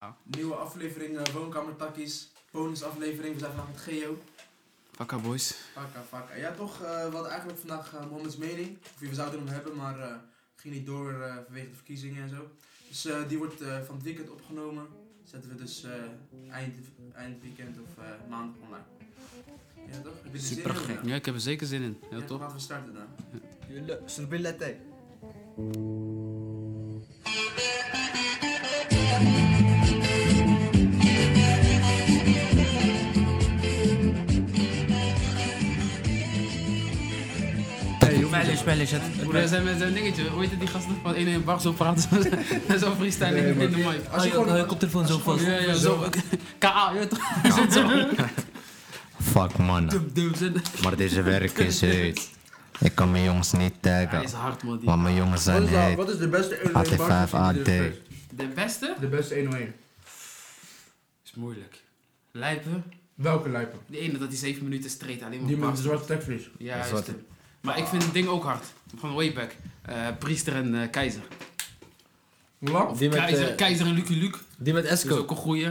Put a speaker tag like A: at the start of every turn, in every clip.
A: Ja.
B: Nieuwe aflevering eh, Woonkamer Takkies. Bonusaflevering, we zijn vandaag met Geo.
A: Pakka boys.
B: Fakka, fakka. Ja, toch, eh, we hadden eigenlijk vandaag eh Mohammed's mening. Of wie we zouden hem hebben, maar eh, ging niet door eh, vanwege de verkiezingen en zo. Dus eh, die wordt eh, van het weekend opgenomen. Zetten we dus eh, eind, eind weekend of eh, maandag online. Ja, toch? Heb je er zin
A: Super
B: in,
A: gek.
B: Anna?
A: Ja, ik heb er zeker zin in.
B: Ja,
A: Heel
B: toch?
A: top.
B: Laten we starten dan.
C: شنو بين لاتاي
A: Bellish, bellish. Broer, zijn met zo'n dingetje. Hoe heet het, die gasten van 1 in bar zo praten? zo freestyle in de mic.
B: Als je gewoon...
C: التليفون زو فاست
A: Ja, ja, zo. K.A. Ja, toch? Zit zo.
D: Fuck man,
A: Dum, dum, zit.
D: maar deze werk is heet. Ik kan mijn jongens niet
A: Hij is
D: taggen,
A: hard, man. die.
D: want mijn jongens
B: Wat
D: zijn
B: is, dat?
D: heet.
B: Wat is de beste
D: AT5,
B: 101 barcode die er
D: AT.
B: is?
A: De beste?
B: De beste 101.
A: Is moeilijk. Lijpen.
B: Welke lijpen?
A: De ene dat die 7 minuten straight alleen maar
B: Die met
A: bars.
B: de zwarte tekvlees.
A: Ja,
D: Dat is
A: juist.
D: wat-
A: Maar ik vind het ding ook hard. Van way back. Eh, priester en eh, keizer.
B: Lap.
A: Of
C: Die met,
A: keizer,
C: eh,
A: keizer en Lucky Luke.
C: ديما
A: Dat is
C: اسكو
A: ook een goeie.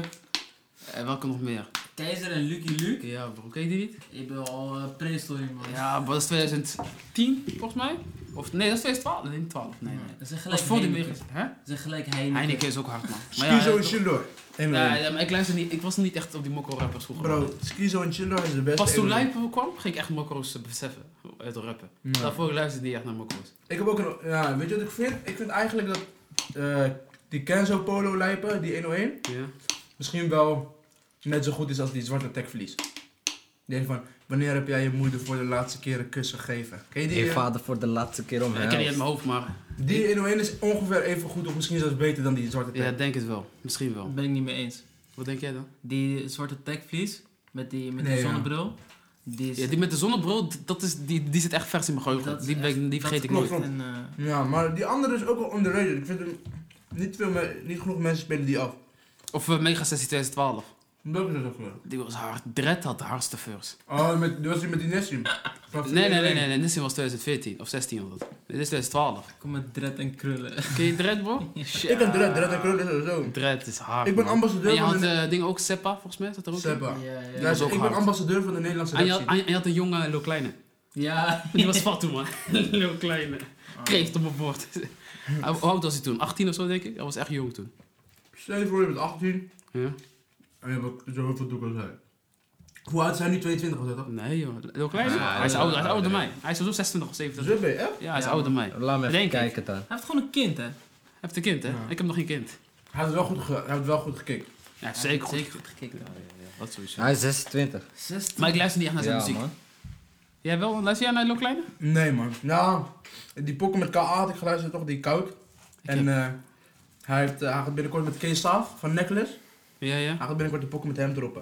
A: En welke nog meer?
E: Keizer en Lucky Luke.
A: Ja, bro, ken je die niet?
E: Ik ben al uh, prehistorie, man.
A: Ja, maar dat is 2010 volgens mij. Of nee, dat is 2012. Nee, niet 12. Nee, nee.
E: Dat zijn
A: Dat
E: gelijk
A: is voor die
E: Heineken.
A: meer. Hè?
E: Dat zijn gelijk Heineken.
A: Heineken is ook hard, man. Maar ja,
B: Skizo en
A: toch-
B: Chillo.
A: ja, ja, maar ik luister niet. Ik was niet echt op die mokko rappers vroeger.
B: Bro, Skizo en Chillo is de beste.
A: Pas toen
B: ever.
A: Lijpen kwam, ging ik echt mokko's eh, beseffen. Het rappen.
B: Ja.
A: Daarvoor luisterde ik niet echt naar mokko's.
B: Ik heb ook een. Ja, weet je wat ik vind? Ik vind eigenlijk dat. eh, die Kenzo Polo lijpen, die 101,
A: Ja.
B: misschien wel net zo goed is als die zwarte tekvlies. Die heeft van. Wanneer heb jij je moeder voor de laatste keer een kus gegeven? Ken je die?
C: اي فادر فور ذا لاتس كيروم
A: ik ken die uit mijn hoofd, maar
B: Die 101 is ongeveer even goed, of misschien zelfs beter dan die zwarte
A: ja,
B: tekvlies.
A: denk het wel. Misschien wel.
E: Dat ben ik niet mee eens.
A: Wat denk jij dan?
E: Die zwarte techvlies met die, met
B: Nee,
E: die
B: ja.
E: zonnebril. Die is...
A: Ja, die met de zonnebril, d- dat is, die, die zit echt vers in mijn geheugen.
E: dat is
A: Die, ben ik-
E: echt-
A: die vergeet
E: dat
A: ik nooit.
B: klopt.
E: klopt. En, eh,
B: Ja. maar die andere is ook wel underrated. Ik vind hem. Niet, veel me- niet genoeg mensen spelen die af.
A: Of eh, Mega Sessie 2012.
B: Welke is dat ook wel?
A: Die was hard. Dread had de hardste first.
B: Oh, met, dat was die met die Nessim.
A: Nee, nee, nee, nee, nee. Nissan was 2014 of 16 was dat. Dit is 2012.
E: kom met dread en krullen.
A: Ken je Dread, bro?
B: Ik heb Dread, Dread en Kroon is sowieso.
A: Dread is hard.
B: Ik ben
A: man.
B: ambassadeur
A: En je
B: van
A: had
B: de-
A: eh ding ook Seppa, volgens mij. Zat er ook in?
B: Seppa.
E: Ja, ja.
B: Ja,
A: Dat is
B: ik
A: ook
B: ben
A: hard.
B: ambassadeur van de Nederlandse
A: En je, had,
B: redactie.
A: en je- en je had een jonge Lil Kleine.
E: Ja.
A: Die was fat toen, man. Lil Kleine. Kreeft op mijn bord. Hoe hoe oud was hij toen? 18 of zo, denk ik? Hij was echt jong toen.
B: Stel je voor, je bent 18
A: Ja?
B: en je hebt zoveel doek als hij. Hoe oud zijn nu 22 of dat? toch?
A: Nee, joh. Lil Kleine?
C: Ah,
A: hij is
C: ja,
A: ouder, hij is ouder dan
C: ja.
A: mij. Hij is zo 26 of 27.
B: Zo ben je, hè?
A: Ja, hij is
E: Ja,
A: ouder dan mij. Hij
C: لا ما
A: Denk ik.
C: في كايك تاع
E: Hij heeft gewoon een kind, hè?
A: heeft een kind, hè?
B: Ja.
A: Ik heb nog geen kind.
B: Hij heeft wel goed, ge hij heeft wel goed gekikt.
A: Ja, hij heeft zeker goed.
E: Zeker goed gekeken.
A: Dat sowieso.
C: هاي 26
A: Maar ik luister niet echt naar zijn
C: يا
A: muziek.
C: مان
A: Jij wel? Luister jij naar Lil Kleine?
B: Nee, man. Nou, die pokken met KA had ik geluisterd, toch? Die koud. En
A: heb-
B: eh, hij, heeft, eh, hij gaat binnenkort met Kees Saaf van Necklace.
A: Ja, ja.
B: Hij gaat binnenkort die pokken met hem droppen.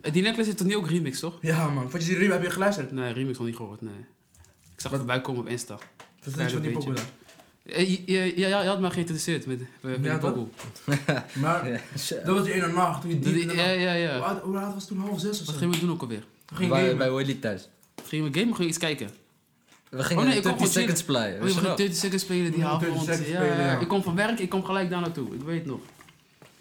A: Eh, Die necklace heeft toch niet ook remix, toch?
B: Ja, man. Vond je die riem? Heb je geluisterd?
A: Nee, remix nog niet gehoord, nee. Ik zag het erbij komen op Insta.
B: Vertel je van die
A: Klein
B: pokken dan.
A: Eh, je- je, je, je had me geïnteresseerd met, eh, met
B: Ja,
A: die
B: toch?
A: pokoe.
B: Maar dat was die ene nacht. Toen je
A: Die-
B: diep in de
A: die- Ja,
B: nacht-
A: ja,
B: Hoe
A: ja.
B: oud- Hoe laat was het toen? Half zes of
A: Wat
B: zo?
A: gingen we doen ook alweer?
B: Geen
C: باي
B: gamen.
C: باي وليد تاج
A: Gingen we gamen of gingen we iets kijken? Oh, nee,
C: وخلينا
A: ik kon
C: 30
A: gewoon
C: seconds بلاي
A: Oh, je gaat 30 seconden spelen die
B: Ja,
A: avond.
B: 30 seconds
A: Ja,
B: spelen,
A: ja.
B: ja.
A: Ik kom van werk, ik kom gelijk daar naartoe. Ik weet het nog.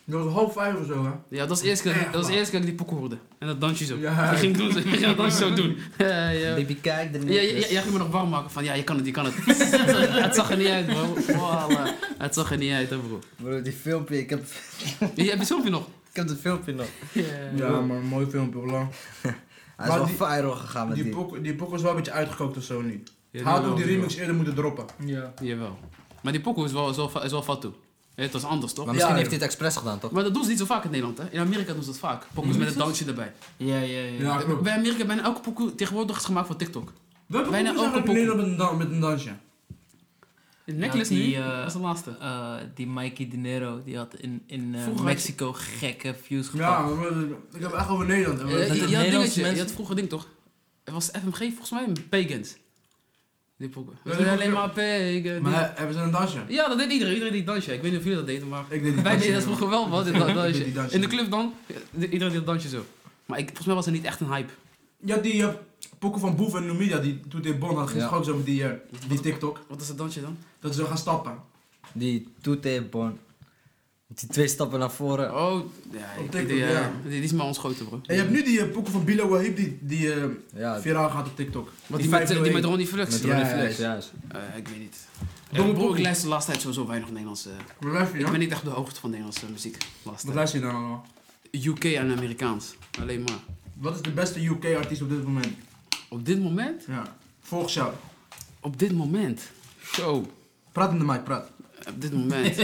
B: Dat was half vijf of zo, hè?
A: Ja, dat was de eerste keer,
B: Echt,
A: dat was de
B: man.
A: eerste keer dat ik die pokoe hoorde. En dat dansje zo.
B: Ja.
A: Ik ging, doen, ik ging dat dansje zo doen. Ja, ja.
C: بيبي كايك
A: Ja, ja, ja, jij ging me nog warm maken van ja, je kan het, je kan het. het zag er niet uit, bro. Voilà. Het zag er niet uit, hè, bro.
C: برو دي فيلمبي كم
A: Je hebt je filmpje nog.
C: كم فيلمبي نو
A: Eh,
B: Ja, maar een mooi filmpje, belang.
C: هاي زو
B: die-
C: فاير وخا
B: Die
C: مدي
B: pok, die pok is wel een beetje uitgekookt of zo nu.
A: Ja,
B: Hij had
A: wel,
B: ook die
A: wel.
B: remix eerder moeten droppen.
E: Ja.
A: Jawel. Maar die pokoe is wel, is wel, fa- is wel fat toe. Het was anders, toch?
C: ما
A: Maar,
B: Ja,
C: مسكين
B: ja.
C: heeft hij het expres gedaan toch
A: dat doen ze niet zo vaak in Nederland, hè? In Amerika doen ze dat vaak.
B: Mhm.
A: Pokoes met een dansje erbij.
E: Ja, ja, ja.
B: Ja, klopt.
A: Bij Amerika bijna elke pokoe tegenwoordig is gemaakt van TikTok.
B: Welke
A: Bijna
B: Bijna
A: elke
B: elke
A: pok.
B: pok. Nederland met een, dan, met een dansje.
A: De necklace
E: Ja, die,
A: nu,
E: eh,
A: dat is de laatste.
E: Eh, die Mikey De Niro, die had in, in eh,
A: Vroeger
E: Mexico gekke views
B: Ja,
E: gepakt.
B: maar we- ik heb echt over Nederland.
A: Eh,
B: hè.
A: je-
E: dat
A: je,
E: de
A: had
E: Nederlandse
A: dingetje, je
E: mensen-
A: had vroeger ding, toch? Het was FMG volgens mij, Pagans. Die pokoe. We
B: Ja,
A: zijn
B: die
A: alleen
B: pokoe.
A: maar Pagans.
B: maar he- hebben ze een dansje?
A: Ja, dat deed iedereen. Iedereen die dansje. Ik weet niet of jullie dat deden, maar...
B: Ik deed die
A: Wij
B: dansje.
A: deden dat vroeger wel, man. dit da- dansje.
B: deed die dansje
A: In de
B: niet.
A: club dan, ja, iedereen deed dat dansje zo. Maar ik, volgens mij was er niet echt een hype.
B: Je had die eh, pokken van Boef en Numidia, die toen in Bon had, ging
C: Ja.
B: ze ook zo met die, eh, die TikTok.
A: Wat is dat dansje dan?
B: Dat ze gaan stappen.
C: Die toete bon Die twee stappen naar voren.
A: Oh, ja, ik,
B: TikTok,
A: die, eh,
B: ja.
A: die, die is maar ontschoten, bro.
B: En je hebt nu die eh, poeken van Bilo Wahib die, die eh,
C: Ja,
B: viraal gaat op TikTok. Wat
A: die, met, die met Ronnie Flux.
C: met
B: Ja,
C: Ronnie
B: ja,
C: Flex,
A: ja.
C: juist.
A: Eh, ik weet niet.
B: Domme
A: Eh, bro, ik
B: pokoe.
A: luister de laatste tijd sowieso weinig Nederlandse...
B: Wat luister je
A: Ik
B: dan?
A: ben niet echt op de hoogte van Nederlandse muziek. Laatste
B: Wat
A: tijd.
B: luister je dan allemaal?
A: UK en Amerikaans. Alleen maar.
B: Wat is de beste UK-artiest op dit moment?
A: Op dit moment?
B: Ja. Volgens jou.
A: Op dit moment. Zo.
B: Praat in de mic, praat.
A: Op dit moment.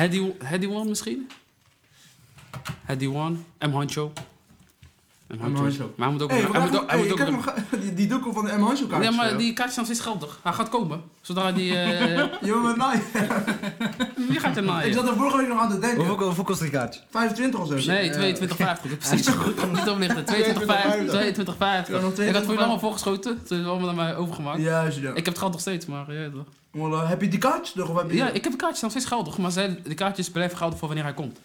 A: Hedy Hedy One misschien? Hedy One. M. Hancho. M.
B: Hancho.
A: Maar hij moet ook...
B: Hey,
A: hij
B: vandaag-
A: moet ook- hij
B: hey,
A: moet
B: ik
A: ook
B: heb
A: een-
B: hem ge- die, die doekel van de M. Hancho kaart.
A: Nee, maar die kaartje is geldig. Hij gaat komen. Zodra die... eh,
B: Jongen, nou,
A: Wie gaat er
B: ik
A: naaien?
B: zat er vorige week nog aan te denken.
C: Hoeveel, hoeveel kost die kaartje?
B: 25 of zo.
A: Nee,
B: Eh,
A: 2250. Dat is precies goed. Niet omlichten. 2250. 2250. Ik had voor je lang al voorgeschoten. Toen hebben we allemaal naar mij overgemaakt.
B: Juist, ja.
A: Ik heb het geld nog steeds, maar... Ja, toch.
B: Wel, eh, heb je die kaartjes nog? Of heb je
A: ja ik heb de kaartjes nog steeds geldig. Maar zij, de kaartjes blijven geldig voor wanneer hij komt.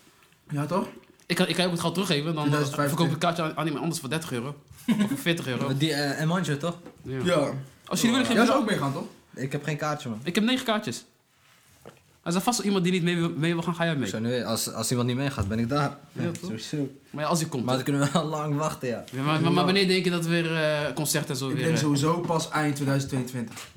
B: Ja, toch?
A: Ik kan, ik kan ook het geld teruggeven. Dan eh,
B: 2025.
A: verkoop ik het kaartje aan, aan iemand anders voor 30 euro. Of voor 40 euro.
C: Die eh, M. Hancho, toch?
A: Ja.
B: Ja.
A: Als jullie willen,
B: Jij
A: geef
B: zou
A: ik
B: ook meegaan, toch?
C: Ik heb geen kaartje, man.
A: Ik heb 9 kaartjes. Als er vast wel iemand die niet mee wil, mee wil gaan, ga jij mee.
C: Zo, nu, als, als iemand niet meegaat, ben ik daar.
A: Ja, toch?
C: Sowieso.
A: Maar ja, als hij komt.
C: Maar
A: Maar,
C: dan kunnen we wel lang wachten, ja.
A: maar, maar, maar wanneer denk je dat we weer eh, concerten en zo
B: Ik
A: weer...
B: denk
A: eh,
B: sowieso pas eind 2022.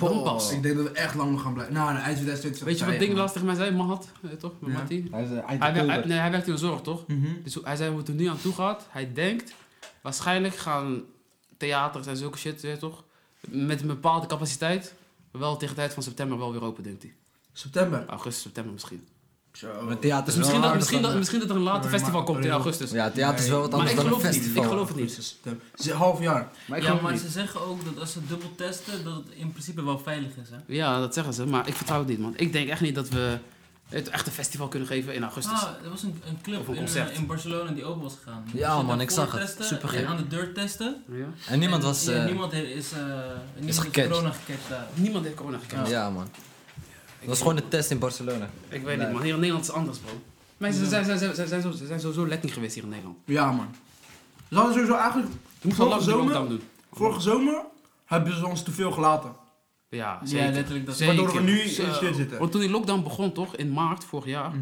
A: Waarom pas?
B: Ik denk dat we echt lang nog gaan blijven. Nou, nee, eind 2022.
A: Weet je wat Ding laatst tegen mij zei? Mahat, eh, toch? Met
B: Ja.
A: Mattie?
C: Hij is eh, eind
A: Hij, wer- hij,
C: oktober.
A: Ah, nee, hij werkt in de zorg, toch?
B: Mhm.
A: Dus hij zei hoe het er nu aan toe gaat. Hij denkt, waarschijnlijk gaan theaters en zulke shit, weet je toch? Met een bepaalde capaciteit, wel tegen de tijd van september wel weer open, denkt hij.
B: September.
A: Augustus, september misschien.
B: Zo.
C: Maar theater
A: Dus
C: is wel
A: misschien, dat,
C: harder
A: misschien,
C: dan-
A: dat, misschien dat er een later
B: Maar-
A: festival
B: maar-
A: komt in
B: maar-
A: augustus.
C: Ja, theater is wel wat
B: Nee.
A: Maar
C: anders
A: ik
C: dan een
A: geloof het niet.
C: festival.
A: Ik geloof het niet.
B: September. Het is een half jaar.
E: Ja,
B: Maar ik geloof
E: maar
B: het
E: ze zeggen ook dat als ze dubbel testen, dat het in principe wel veilig is, hè?
A: Ja, dat zeggen ze, maar ik vertrouw het niet, man. Ik denk echt niet dat we het echt een festival kunnen geven in augustus.
E: Ah, er was een, een club
A: Of een
E: in, eh,
A: concert.
E: in Barcelona die open was gegaan.
C: Ja,
E: Ze
C: man,
E: daar
C: ik zag
E: voor
C: het.
E: testen
C: Supergek.
E: en Aan de deur testen.
A: Ja.
C: En niemand
E: En,
C: was...
E: ja,
C: eh,
E: niemand he- is, eh niemand heeft
C: gecatcht.
E: corona gecatcht daar.
A: Niemand heeft corona gekend.
C: Ja, man. Dat was gewoon de test in Barcelona.
A: Ik weet niet,
C: Nee.
A: man. Hier in Nederland is het anders, bro. Mensen zijn, zijn, zijn, zijn, zijn, zo- zijn sowieso lekking geweest hier in Nederland.
B: niet. Ja, man. Ze hadden sowieso eigenlijk...
A: Je moet wel lang de
B: Vorige zomer?
A: lockdown doen.
B: Vorige zomer hebben ze ons te veel gelaten.
A: Ja, zeker.
E: Ja, letterlijk. Dat
A: Zeker.
B: Waardoor we nu
A: Zo.
B: in shit zitten.
A: Want toen die lockdown begon, toch? In maart vorig jaar.
B: Mhm.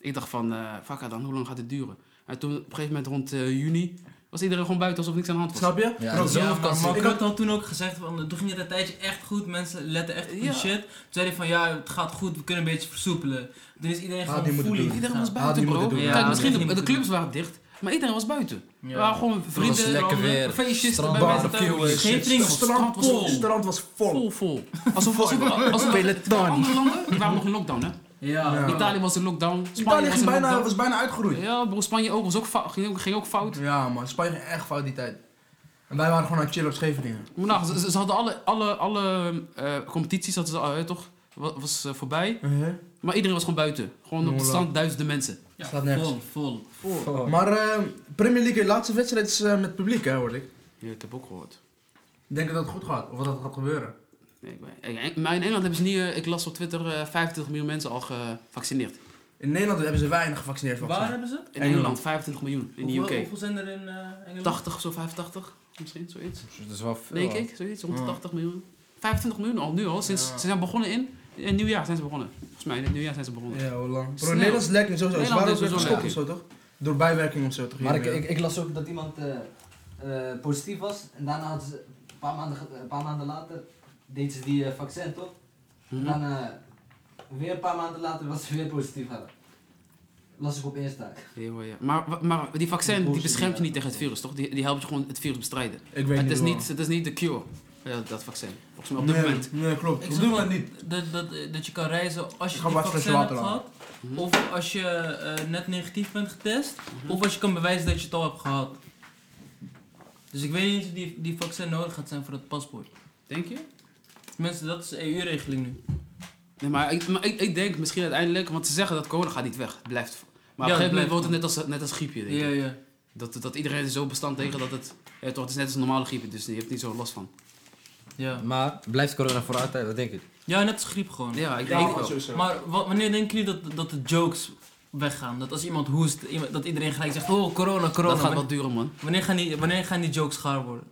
A: Ik dacht van, eh fuck dan, hoe lang gaat dit duren? En toen, op een gegeven moment rond eh, juni, was iedereen gewoon buiten alsof niks aan de hand was.
B: Snap je?
C: Ja,
B: Bro,
C: dat is
E: Ja, maar
C: zomervakantie.
E: Marco
B: Ik had-
E: had toen ook gezegd, van, toen ging het een tijdje echt goed, mensen letten echt op die
A: Ja.
E: shit. Toen zei hij van, ja, het gaat goed, we kunnen een beetje versoepelen. Toen is iedereen
B: Had
E: gewoon
B: hij moeten
E: fully
B: doen.
E: gegaan.
A: Iedereen was
B: Had
A: buiten,
B: die moeten
A: bro.
B: doen.
E: Ja,
A: Kijk,
E: had
A: misschien
E: die
A: de, de
E: moeten
A: clubs waren dicht, maar iedereen was buiten.
E: Ja.
A: We waren gewoon
C: Het was
A: vrienden,
C: lekker
E: stranden,
C: weer.
A: feestjes,
C: Strand,
A: bij mensen
C: barbecue,
A: thuis.
C: eh,
E: Scheveningen
B: Het
E: was
B: strand was vol.
E: vol.
B: Het strand was vol.
A: vol, vol. Alsof, alsof, alsof,
C: Peloton.
A: andere landen die waren nog in lockdown, hè?
E: Ja.
B: Ja.
A: Italië was in lockdown, Spanje
B: Italië
A: was
B: ging
A: in
B: bijna,
A: lockdown.
B: was bijna uitgeroeid.
A: Ja, bro, Spanje ook, was ook fout, ging, ook- ging ook fout.
B: Ja, man. Spanje ging echt fout die tijd. En wij waren gewoon aan het chillen op Scheveningen.
A: Maar nou, ze, ze- ze hadden alle, alle, alle eh, competities, hadden ze, al, hè, toch? Was, was eh, voorbij. Maar iedereen was gewoon buiten. Gewoon op het
B: Voilà.
A: strand duizenden mensen.
E: Ja,
B: Staat nergens.
E: Vol, vol.
C: Oh.
B: Maar eh, Premier League, de laatste wedstrijd is eh, met publiek, hè, hoor ik.
A: Ja, ik heb ook gehoord.
B: Denk je dat het goed gaat? Of dat het gaat gebeuren?
A: Ik, weet- ik- ik- maar in Engeland hebben ze niet, eh, ik las op Twitter, eh, 25 miljoen mensen al gevaccineerd. In
B: In Nederland hebben ze weinig gevaccineerd
E: Waar
B: vaccin.
E: hebben ze?
A: Engeland, 25 miljoen. In de
E: hoeveel,
A: UK.
E: hoeveel zijn er in eh, Engeland?
A: 80 zo 85 misschien, zoiets.
C: Dus Dat is wel veel.
A: Denk
C: man.
A: ik, zoiets. 180 miljoen. 25 miljoen al, nu al. Sinds, Ze zijn begonnen in, in het nieuwjaar zijn ze begonnen. Volgens mij in het nieuwjaar zijn ze begonnen.
B: Ja, hoe lang? Bro,
A: Snel.
B: Nederlands lekt niet sowieso. Ze
A: Nederland
B: waren ook
A: is
B: weer
A: sowieso
B: gestopt of zo, toch? Door bijwerking of zo, toch?
C: Maar ik,
B: Hiermee.
C: ik, ik las ook dat iemand eh, eh, positief was. En daarna hadden ze, een paar maanden, ge- een paar maanden later, deden ze die eh, vaccin, toch? En
A: Mhm.
C: dan eh, weer een paar maanden later was ze weer positief. Hadden. Las ik op Insta.
A: Ja, hoor, ja. Maar, maar die vaccin die
C: Bullshit,
A: beschermt je
C: ja.
A: niet tegen het virus, toch? Die, die helpt je gewoon het virus bestrijden.
B: Ik weet
A: het, is
B: hoe
A: niet, het is niet de cure, ja, dat vaccin. Volgens mij op dit
B: nee,
A: moment.
B: Nee, klopt.
E: Ik
B: Op dit
E: snap
B: moment niet.
E: Dat, dat, eh, dat je kan reizen als je
B: Ik ga
E: die
B: wat flessen
E: vaccin hebt
B: water halen.
E: gehad. Of als je eh, net negatief bent getest.
B: Mhm.
E: Of als je kan bewijzen dat je het al hebt gehad. Dus ik weet niet of die, die vaccin nodig gaat zijn voor het paspoort.
A: Denk je?
E: Tenminste, dat is de EU-regeling nu.
A: Nee, maar ik, maar ik, ik denk misschien uiteindelijk, want ze zeggen dat corona gaat niet weg. Het blijft. Maar
E: Ja,
A: op een
E: het
A: gegeven moment
E: blijft.
A: wordt het net als, net als griepje, denk ik.
E: Ja, ja.
A: Dat, dat iedereen er zo bestand tegen dat het... Ja, toch, het is net als een normale griepje, dus je hebt er niet zo last van.
E: Ja,
C: Maar blijft corona voor altijd, wat denk je?
E: ja net als griep gewoon.
A: Ja, ik
B: Ja,
A: denk
B: man,
A: wel.
B: sowieso.
E: Maar wa- wanneer denken jullie dat, dat de jokes weggaan? Dat als iemand hoest, iemand- dat iedereen gelijk zegt, oh corona, corona.
A: Dat gaat
E: Wanneer-
A: wel duren, man.
E: Wanneer gaan, die, wanneer gaan die jokes gaar worden?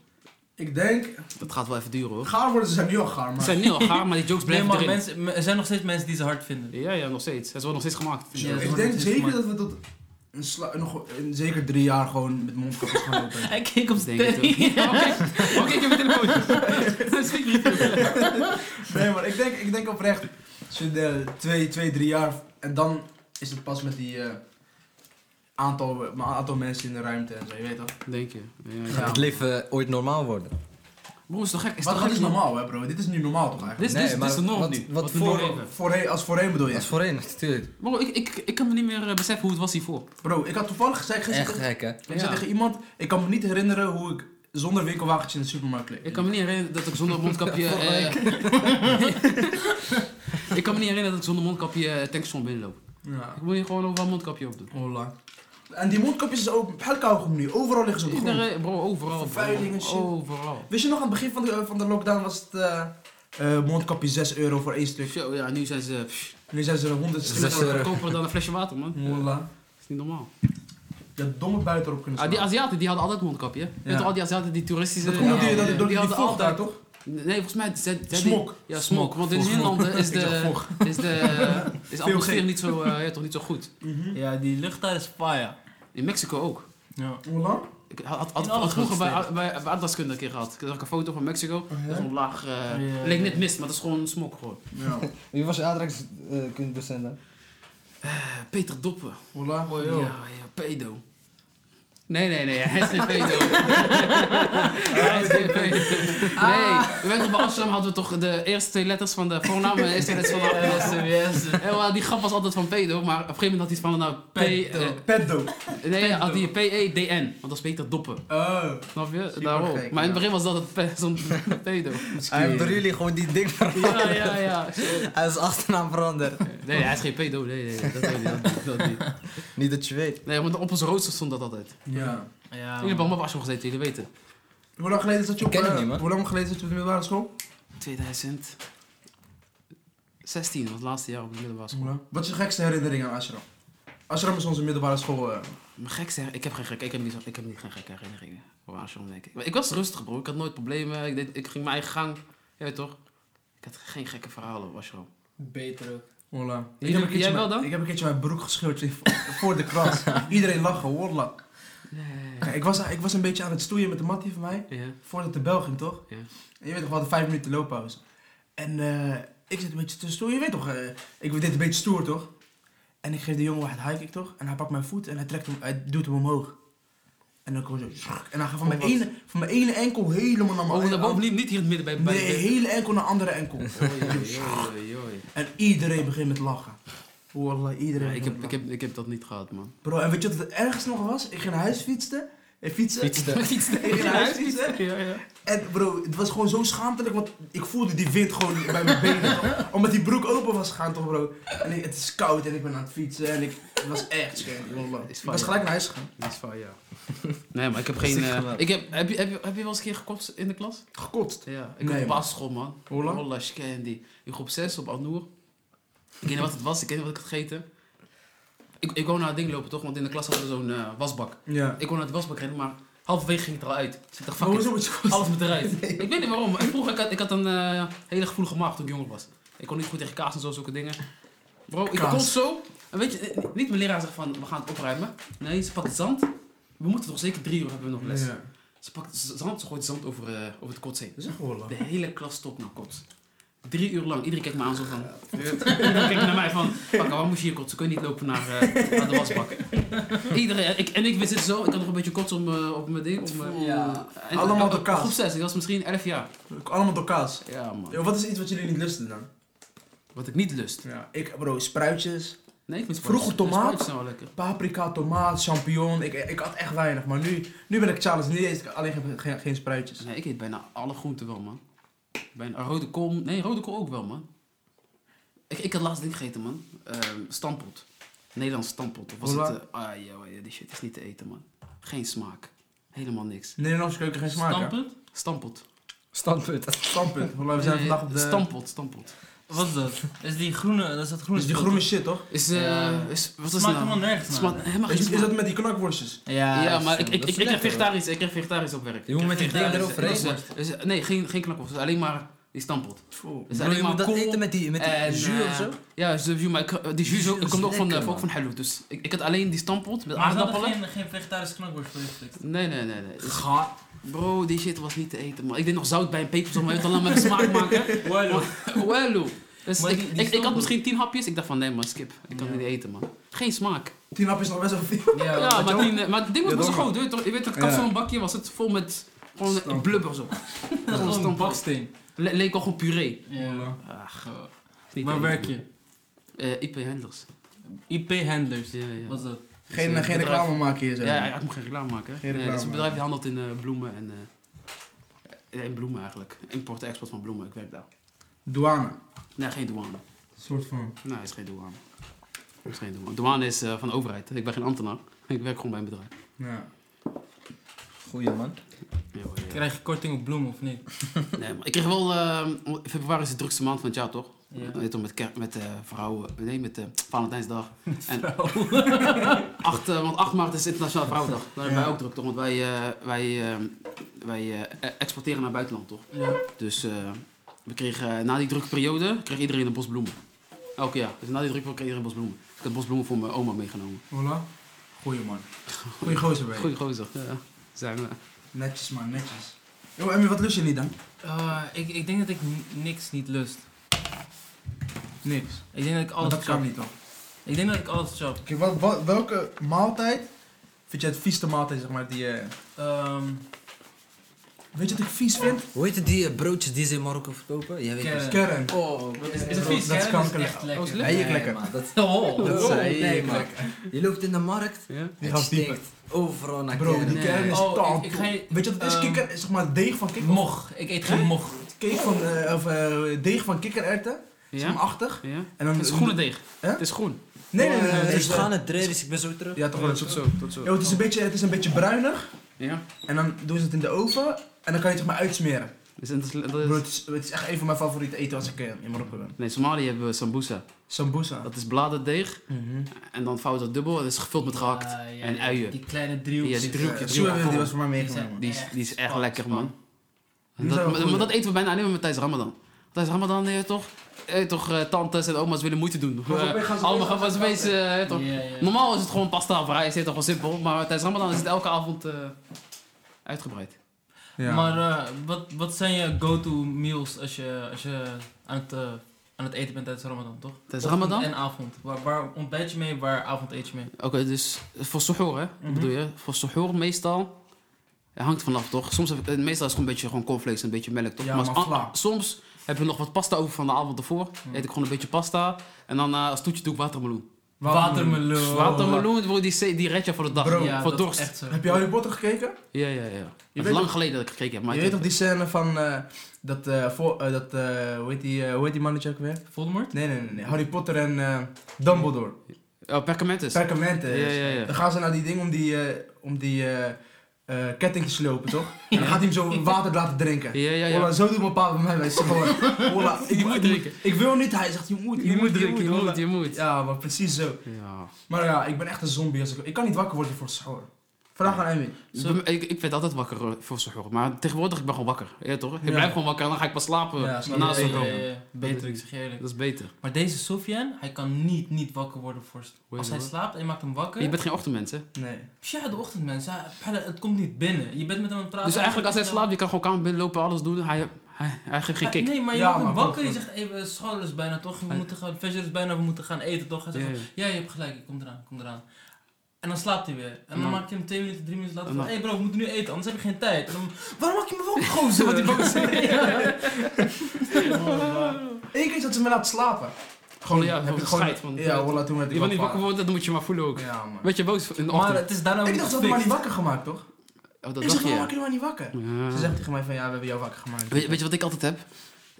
B: Ik denk,
A: Dat gaat wel even duren hoor.
B: gaar worden ze zijn nu al gaar,
A: Het
B: maar...
A: zijn nu al gaar, maar die jokes
E: Nee,
A: blijven
E: maar
A: erin.
E: mensen, me- er zijn nog steeds mensen die ze hard vinden.
A: Ja, ja, nog steeds. Het wordt nog steeds gemaakt.
E: Ja, dat
B: ik
E: wordt
B: denk
E: niet
B: zeker
E: gemaakt.
B: dat we tot een sla- nog een- zeker drie jaar gewoon met mondkapjes gaan lopen.
E: Hij keek op zijn
A: Denk het
E: teddy.
A: ook. Oké, oké, ik heb mijn telefoon. Dat is niet.
B: nee, maar ik denk, ik denk oprecht, als je de twee, twee, drie jaar, en dan is het pas met die eh, aantal, maar aantal mensen in de ruimte en zo, je weet toch?
A: Denk je? Ja,
B: Ja.
A: ja.
D: het leven
C: eh,
D: ooit normaal worden?
A: Bro, is toch gek? Is
B: Wat
A: toch
B: dat
A: gek?
B: is normaal, hè bro? Dit is nu normaal toch eigenlijk?
A: Dit is, dit is- dit is de norm
D: wat,
A: nu.
D: Wat,
A: we
D: voor,
A: doorheen.
B: Voorheen, als voorheen bedoel je?
D: als voorheen, natuurlijk.
A: Bro, ik, ik, ik kan me niet meer eh, beseffen hoe het was hiervoor.
B: Bro, ik had toevallig gezegd gisteren
D: Echt gek, hè?
B: Ik zei
A: Ja.
B: tegen iemand, ik kan me niet herinneren hoe ik zonder winkelwagentje in de supermarkt liep.
A: Ik kan me niet herinneren dat ik zonder mondkapje... eh, ik kan me niet herinneren dat ik zonder mondkapje eh, tankstation binnenloop.
B: Ja,
A: Ik moet hier gewoon overal mondkapje op doen.
B: hola. En die mondkapjes is ook op elke ogen nu. Overal liggen ze op de grond.
A: Iedereen, bro, overal. bro.
B: Vervuiling en shit.
A: Overal.
B: Wist je nog aan het begin van de, van de lockdown was het eh, eh, mondkapje 6 euro voor één stuk.
A: Zo, ja, nu zijn ze pff,
B: Nu zijn ze er 100
D: Zes
B: stuks.
A: ze zijn
D: euro.
A: goedkoper dan een flesje water, man. Dat
B: Hola.
A: is niet normaal.
B: Je had domme buiten erop kunnen
A: Ah,
B: staan.
A: die Aziaten, die hadden altijd mondkapje. hè? Weet
B: Ja.
A: je, al die Aziaten, die toeristische...
B: dat komt door die,
A: Ja,
B: dat, door die,
A: hadden
B: vocht daar
A: altijd...
B: toch?
A: Nee, volgens mij... ze- ze- die-
B: Smok.
A: Ja, smok. Want in
B: Smok.
A: Nederland eh, is
B: Ik zeg
A: de,
B: vocht.
A: is de, is de
B: Veel
A: atmosfeer
B: gek.
A: niet zo, eh, ja, toch niet zo goed.
E: Ja, die lucht daar is fire.
A: In Mexico ook.
E: Mhm. Ja.
B: Hola.
A: Ik had, had, had,
E: In alle
A: had vroeger bij,
E: grote
A: bij, bij aardgaskunde een keer gehad. Ik zag een foto van Mexico.
B: ja?
A: Dat is een laag... eh,
E: ja,
A: leek net
E: ja.
A: mist, maar dat is gewoon smok gewoon.
B: Ja.
D: Wie was je aardrijkskundedocent dan?
A: Eh, Peter Doppen.
B: Hola.
A: Oh, Ja, ja, pedo. Nee, nee, nee, hij is geen pedo.
B: Ah,
A: hij is geen pedo. Nee, we weten bij Amsterdam hadden we toch de eerste twee letters van de voornaam en de eerste letters van de achternaam. En, eh, die grap was altijd van pedo, maar op een gegeven moment had hij iets van nou P... eh,
B: Pedo.
A: nee, had hij P-E-D-N, want dat is Peter Doppen.
B: Oh.
A: Snap je?
B: Super
A: Daarom.
B: gek,
A: maar in
B: ja.
A: het begin was dat het pe- zo'n pedo.
D: Hij heeft door jullie gewoon die ding veranderd.
A: Ja, ja, ja.
D: Hij is achternaam veranderd.
A: Nee, hij is geen pedo. Nee, nee, nee, dat weet ik niet. Dat niet.
D: Niet dat je weet.
A: Nee, want op ons rooster stond dat altijd.
B: Ja.
E: Ja,
A: Jullie hebben allemaal op Ascham gezeten, jullie weten.
B: Hoe lang geleden zat je
D: Ik
B: op,
D: ken het
B: eh,
D: niet, man.
B: hoe lang geleden zat je op de middelbare school?
A: 2016, was het laatste jaar op de middelbare school.
B: Oeh, Wat is je gekste herinnering aan Ashram? Ashram is onze middelbare school. eh,
A: Mijn gekste, her- ik heb geen gek, ik heb niet, zo- ik heb niet geen gekke herinneringen. Voor Aarschot, denk ik. Maar ik was rustig, bro. Ik had nooit problemen. Ik, deed, ik ging mijn eigen gang. Je weet toch? Ik had geen gekke verhalen op Aschram.
E: Beter ook.
B: Wallah.
A: Jij- jij
B: mijn-
A: wel dan?
B: Ik heb een keertje mijn broek gescheurd in- voor de klas. Iedereen lachen, wallah.
A: Nee.
B: Kijk, ik, was, ik was een beetje aan het stoeien met de mattie van mij.
A: Ja.
B: Voordat de bel ging, toch?
A: Ja.
B: En je weet toch, we hadden vijf minuten looppauze. En eh, ik zit een beetje te stoeien. Je weet toch, eh, ik deed een beetje stoer, toch? En ik geef de jongen het high kick, toch? En hij pakt mijn voet en hij, trekt hem, hij doet hem omhoog. En dan kom je zo... schrrk. En hij gaat van,
A: Oh,
B: mijn
A: wat?
B: ene, van mijn ene enkel helemaal naar mijn
A: Oh,
B: andere
A: naar boven, niet, niet hier in het midden bij... bij
B: Nee, hele enkel naar andere enkel.
A: Oei, oei, oei, oei.
B: En iedereen begint met lachen. Wallah, iedereen.
A: Ja, ik,
B: begint
A: heb,
B: met
A: ik, heb, ik heb dat niet gehad, man.
B: lachen. Bro, en weet je wat het ergste nog was? Ik ging naar huis fietsen. En fietsen.
D: Fietste.
B: Ik ging naar huis fietsen.
A: Ja, ja.
B: En bro, het was gewoon zo schaamtelijk, want ik voelde die wind gewoon bij mijn benen. toch? Omdat die broek open was gegaan, toch bro. En ik- het is koud en ik ben aan het fietsen en ik, het was echt scherp. wallah.
A: Is
B: Ik
A: fijn,
B: was
A: ja.
B: gelijk naar huis gegaan.
A: Dat is van, ja. Nee, maar ik heb geen...
D: is echt
A: eh,
D: geweldig.
A: ik heb, heb, je, heb, je, heb je wel eens een keer gekotst in de klas?
B: Gekotst.
A: Ja, ik
B: Nee,
A: heb op
B: man.
A: basisschool, man.
B: Hoe lang?
A: Wallah, ik ken die. In groep 6 op Anour. Ik weet niet wat het was, ik weet niet wat ik had gegeten. Ik, ik wou naar het ding lopen toch, want in de klas hadden we zo'n eh, wasbak.
B: Ja.
A: Ik wou naar het wasbak rennen, maar halverwege ging het er al uit. Dus ik dacht,
B: Maar
A: fuck
B: hoezo
A: it,
B: moet je gekotst?
A: alles moet eruit. Ik weet niet waarom, maar ik, vroeg, ik, had, ik had een eh, hele gevoelige maag toen ik jonger was. Ik kon niet goed tegen kaas en zo, zulke dingen. Bro, ik
B: Kaas.
A: kon zo. En weet je, eh, niet mijn leraar zegt van, we gaan het opruimen. Nee, ze pakt zand. We moeten nog zeker drie uur hebben we nog les.
B: Ja.
A: Ze pakt z- zand, ze gooit zand over, eh, over het kots heen.
B: Dat is echt wallah.
A: De hele klas stopt naar kots. Drie uur lang, iedereen kijkt me aan zo van... Iedereen kijkt naar mij van, "Fakka, waarom moest je hier kotsen? Kun je niet lopen naar, eh, naar de wasbak? Iedereen, ik, en ik wist het zo, ik had nog een beetje kots om, eh, op mijn ding. Op mijn,
C: Ja.
A: en-
B: Allemaal
A: eh,
B: door kaas.
A: Groep 6, ik was misschien 11 jaar.
B: Allemaal door kaas.
A: Ja man,
B: Yo, wat is iets wat jullie niet lusten dan?
A: wat ik niet lust.
B: Ja. Ik, bro, spruitjes,
A: Nee, ik vind
B: Vroeger
A: spruitjes-
B: tomaat?
A: spruitjes zijn wel lekker.
B: paprika, tomaat, champignon. Ik, ik had echt weinig, maar nu, nu ben ik Charles niet eens. Alleen geen, geen, geen spruitjes.
A: Nee, ik eet bijna alle groenten wel man. Bijna rode kool, nee rode kool ook wel man. Ik, ik had laatst ding gegeten man, Ehm stampot. Nederlands stampot. Of was
B: Hoe
A: het, eh, ah joh, joh, die shit is niet te eten man. Geen smaak. Helemaal niks.
B: Nederlandse keuken geen smaak, hè?
E: Stampen?
A: Stampot.
D: Standpunt.
B: Standpunt. Wallah, we
A: Nee,
B: zijn
A: nee,
B: vandaag op de...
A: Stampot, stampot.
E: Wat is dat? Is die groene, dat is dat groene
B: Dus die
E: spul,
B: groene
E: toch?
B: shit, toch?
A: Is, eh,
E: Ja.
A: is, wat is het
E: Smaakt helemaal
A: nou?
E: nergens naar.
A: Smaakt helemaal
B: Is,
A: geen
B: is
A: smaak.
B: dat met die knakworstjes?
E: Ja,
A: Ja, maar ik, ik,
E: dat is
A: ik, ik
E: lekker,
A: kreeg vegetarisch, ik kreeg vegetarisch op werk.
F: Je moet met die
E: Ja,
F: ding
E: dat is-
F: eroverheen.
A: Dus, eh, dus, eh, nee, geen, geen knakworst, alleen maar die stampot.
B: Pfoh.
A: Dus
F: Bro,
A: alleen
F: je
A: maar
F: moet dat
A: kool
F: eten met die, met die
A: en,
F: jus of
A: eh,
F: zo?
A: Ja, dus de jus, maar ik, eh, die jus,
F: jus
A: ook-
F: is
A: komt ook van,
F: lekker,
A: eh, ook van
F: man.
A: Hello. Dus ik, ik had alleen die stampot met
E: Maar ze hadden
A: aardappelen.
E: geen, geen vegetarische knakworst voor je geflikt.
A: Nee, nee, nee. nee. Bro, die shit was niet te eten, man. Ik deed nog zout bij en peper, maar je wil dan maar de smaak maken.
E: Wallo.
A: Wello. Dus
E: Maar
A: ik,
E: die- die
A: ik, ik had
E: stampot.
A: misschien tien hapjes. Ik dacht van, nee man, skip. Ik kan
E: Ja.
A: niet eten, man. Geen smaak.
B: Tien hap is nog best wel veel.
A: Ja, maar, tien, eh, maar het ding was
B: Ja,
A: best
B: toch?
A: groot, hoor. Toch? Je weet, het
B: Ja.
A: had zo'n bakje, was het vol met gewoon eh,
B: Stampot.
A: blubbers op.
E: Dat is gewoon een
A: Stampot.
E: baksteen.
A: Le- leek al gewoon puree.
E: Ja.
A: Ach,
E: Goh.
A: niet
E: Waar
A: eten,
E: werk
A: man.
E: je?
A: Eh, IP Handlers.
E: IP Handlers.
A: Ja, ja.
E: Wat is dat?
A: Geen- geen reclame
B: maken hier zo.
A: Ja, ja, ik moet geen reclame maken. hè.
B: Geen
A: Nee, het is
B: reclame
A: een bedrijf die handelt in eh, bloemen en... eh, in bloemen eigenlijk. Import en export van bloemen, ik werk daar.
B: Douane.
A: Nee, geen douane.
B: Een soort van.
A: Nee, het is geen douane. Het is geen douane. Douane is eh, van de overheid. Ik ben geen ambtenaar. Ik werk gewoon bij een bedrijf.
B: Ja.
F: Goeie man.
A: Ja, hoor, ja.
E: Krijg je korting op bloemen of niet?
A: Nee, maar ik kreeg wel... eh, februari is de drukste maand van het jaar, toch?
E: Ja.
A: Weet je toch, met, kerk, met eh, vrouwen... Nee, met eh, Valentijnsdag. En
E: Oh.
A: 8, eh, want 8 maart is Internationale Vrouwendag. Daar hebben wij ook druk, toch? Want wij, eh, wij, eh, wij eh, exporteren naar het buitenland, toch?
E: Ja.
A: Dus eh, we kregen, eh, na die drukke periode kreeg iedereen een bos bloemen. Elk jaar. Dus na die drukke periode kreeg iedereen een bos bloemen. Dus ik had bos bloemen voor mijn oma meegenomen.
B: Hola. Goeie man. Goeie gozer ben je.
A: Goeie gozer. Ja. Zijn we.
B: Netjes man, netjes. Yo, Emmy, wat lust je niet dan?
E: Eh, ik, ik denk dat ik n- niks niet lust.
B: Niks.
E: Ik denk dat ik
B: Maar
E: alles
B: dat kan
E: chop.
B: niet toch?
E: Ik denk dat ik alles chop.
B: Kijk, wat, wat- welke maaltijd vind jij het vieste maaltijd, zeg maar, die... eh,
E: Ehm,
B: Weet je wat ik vies vind?
F: Hoe heet het die eh, broodjes die ze in Marokko verkopen? Jij weet
E: Kern.
F: het.
B: Kern.
E: oh, is, is het
B: Bro,
E: vies?
B: dat is
E: hè?
B: kankerlijk.
E: echt lekker.
A: Oh, is het
F: Nee,
A: leuk?
B: Hij is lekker.
F: man, dat,
E: Oh,
F: dat
E: oh,
F: zei je,
E: nee,
F: man.
E: man.
F: Je loopt in de markt,
A: Ja?
B: Die
F: het
B: gaat dieper.
F: stinkt overal naar
B: Bro,
F: kern.
B: die
A: Nee.
B: kern is
E: Oh, ik-
B: taal.
E: ik ga je-
B: Weet je wat het is?
E: ehm,
B: Kikker, zeg maar, deeg van kikker.
E: Mog. Ik eet geen mog.
B: Cake van, eh, of, eh, deeg van kikkererwten. Zeg maar
A: Ja?
B: achtig.
A: ja?
B: En dan...
A: Het is groene deeg.
B: Hè?
A: Het is groen.
B: Nee, nee, nee. nee,
E: Oh,
F: Eh,
B: nee,
F: Dus we
B: nee.
F: gaan het dreden, dus ik ben zo terug.
B: Ja, toch wel.
A: Tot zo, tot zo.
B: Yo, het, is een beetje, het is een beetje bruinig.
A: Ja?
B: En dan doen ze het in de oven. En dan kan je het zeg maar uitsmeren.
A: Dus, dat is- dat
B: Bro,
A: is,
B: het is, het is echt een van mijn favoriete eten als ik eh, in Marokko ben.
A: nee, in Somalië hebben we sambusa.
B: Sambusa.
A: Dat is bladerdeeg en dan vouwt dat dubbel en dat is gevuld met gehakt.
E: Ah, Ja, ja,
A: en
E: ja,
A: uien.
E: Die kleine driehoekjes.
A: Ja, die driehoekjes.
B: Eh, Soe, eh, die was voor mij
E: Die zijn-
B: meegenomen.
A: Die is, die is echt
E: Span-
A: lekker,
E: span.
A: man. En
B: Die
A: dat,
B: zijn wel
A: maar,
B: goed,
A: maar dat eten we bijna alleen maar tijdens Ramadan. Tijdens Ramadan, nee, toch? Eh, toch eh, tantes en oma's willen moeite doen.
B: Maar
A: Eh,
B: opeens gaan ze
A: Allemaal gaan
B: opeens
A: ze
B: gaan
A: wezen, eh, toch?
E: Ja, ja.
A: Normaal is het gewoon pasta of rijst, eh, toch wel simpel. Maar tijdens Ramadan is het elke avond eh, uitgebreid.
B: Ja.
E: Maar eh, wat, wat zijn je go-to meals als je, als je aan, het, eh, aan het eten bent tijdens Ramadan, toch?
A: Tijdens
E: Ochtend
A: Ramadan?
E: En avond. Waar, waar ontbijt je mee, waar avond eet je mee?
A: Oké, dus voor suhoor, hè?
E: Mhm.
A: bedoel je? Voor suhoor meestal... Het hangt vanaf, toch? Soms heb, eh, meestal is het gewoon een beetje gewoon cornflakes en een beetje melk, toch?
B: Ja, maar vla.
A: als-
B: Mhm.
A: ah, soms heb je nog wat pasta over van de avond ervoor. Eet ik gewoon een beetje pasta. En dan eh, als toetje doe ik watermeloen.
E: Watermeloen.
A: Watermeloen, bro, die, se- die red je voor de dag.
B: Bro,
E: ja,
A: voor
E: dat
A: dorst.
E: Is echt zo.
B: Heb je Harry Potter gekeken?
A: Ja, ja, ja. Het is
B: weet
A: lang
B: toch-
A: geleden dat ik gekeken heb, maar
B: je
A: ik
B: weet toch
A: weet
B: die scène van eh, dat, eh, voor, eh, dat eh, hoe, heet die, eh, hoe heet die mannetje ook weer?
E: Voldemort?
B: Nee, nee, nee, nee. Harry Potter en eh, Dumbledore.
A: het. Oh, perkament is.
B: Perkamenten.
A: Ja, ja, ja.
B: Dan gaan ze naar die ding om die, eh, om die eh, eh, ketting te slopen, toch? En dan gaat hij hem zo water laten drinken.
A: Ja, ja,
B: Hola,
A: ja.
B: zo doet mijn pa bij mij. Wij zeggen gewoon, hola, ik,
A: moet drinken.
B: Ik wil niet, hij zegt, je moet, je, moet drinken.
A: je
B: hola.
A: moet, je moet.
B: Ja, maar precies zo.
A: Ja.
B: Maar ja, ik ben echt een zombie. Als ik, ik kan niet wakker worden voor school. Vraag aan Emmy.
A: Zo, ik, ik werd altijd wakker eh, voor sahur, maar tegenwoordig ik ben gewoon wakker. Ja, toch? Ik
B: Ja.
A: blijf gewoon wakker en dan ga ik pas slapen
B: Ja, snap
A: na
B: ik.
A: sahur.
E: Ja, ja, ja. Beter, ik zeg je eerlijk.
A: Dat is beter.
E: Maar deze Sofian, hij kan niet niet wakker worden voor... Als hij
A: hoor.
E: slaapt en je maakt hem wakker...
A: Je bent geen ochtendmens, hè?
B: Nee.
E: Tja, de ochtend mensen, het komt niet binnen. Je bent met hem aan het praten.
A: Dus eigenlijk als hij slaapt, je kan gewoon kamer binnenlopen, alles doen. Hij, hij, hij geeft geen
E: Ah,
A: kick.
E: Nee, maar je
B: Ja,
E: maakt hem
B: maar
E: wakker en je
B: klopt,
E: zegt, even school is bijna toch, we
A: Hij-
E: moeten gaan, Fajr is bijna, we moeten gaan eten toch. Hij zegt,
A: Ja, ja.
E: ja, je hebt gelijk, ik kom eraan, ik kom eraan. En dan slaapt hij weer. En
A: Ja.
E: dan maak je hem twee minuten, drie minuten later
A: En
E: van,
A: dan-
E: hé hey bro, we moeten nu eten, anders heb je geen tijd. En dan, waarom maak je me wakker, gozer?
A: Wat die boos
B: Eén keer dat ze me laat slapen. Gewoon,
A: Oh Ja,
B: heb
A: van
B: ik gewoon...
A: scheid, want-
B: ja, voilà, toen werd ik
A: Je wil niet wakker
B: wakker.
A: worden, dat moet je maar voelen ook.
B: Ja, man.
A: Weet je boos in de
E: Maar
A: ochtend?
E: het is daarna
B: Ik
E: weer
B: dacht, ze had me maar niet
E: gefixt.
B: wakker gemaakt, toch?
A: Oh,
B: ik
A: dat
B: zeg,
A: dacht je.
B: waarom
A: ja.
B: maak je me maar niet wakker?
A: Ja.
B: Ze zegt tegen mij van, ja, we hebben jou wakker gemaakt.
A: Weet, weet je wat ik altijd heb?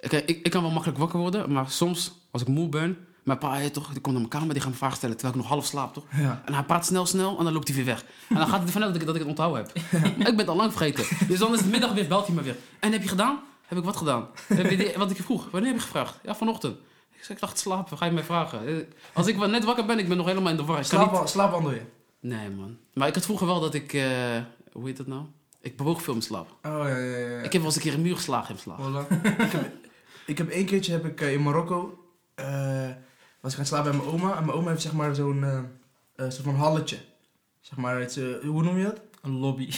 A: Oké, ik, ik kan wel makkelijk wakker worden, maar soms als ik moe ben, mijn pa hij toch, die komt naar mijn kamer, die gaat me vragen stellen terwijl ik nog half slaap, toch?
B: Ja.
A: En hij praat snel, snel en dan loopt hij weer weg. En dan gaat hij ervan uit dat ik, dat ik het onthouden heb. Ik ben het al lang vergeten. Dus dan is het middag weer, belt hij me weer. En heb je gedaan? Heb ik wat gedaan? Heb je die- wat ik je vroeg? Wanneer heb je gevraagd? Ja, vanochtend. Ik zei, ik dacht slapen, ga je mij vragen? Eh, Als ik wel net wakker ben, ik ben nog helemaal in de war. Ik kan niet...
B: Slaap, slaapwandel je?
A: Nee man. Maar ik had vroeger wel dat ik, eh, hoe heet dat nou? Ik bewoog veel in mijn slaap.
B: Oh ja, ja, ja. ja.
A: Ik heb wel eens een keer een muur geslagen in mijn slaap.
B: Voilà. ik, heb, ik heb één keertje heb ik, eh, in Marokko. eh, was ik gaan slapen bij mijn oma. En mijn oma heeft zeg maar zo'n eh, eh, soort van halletje. Zeg maar, het, is, eh, hoe noem je dat?
E: Een lobby.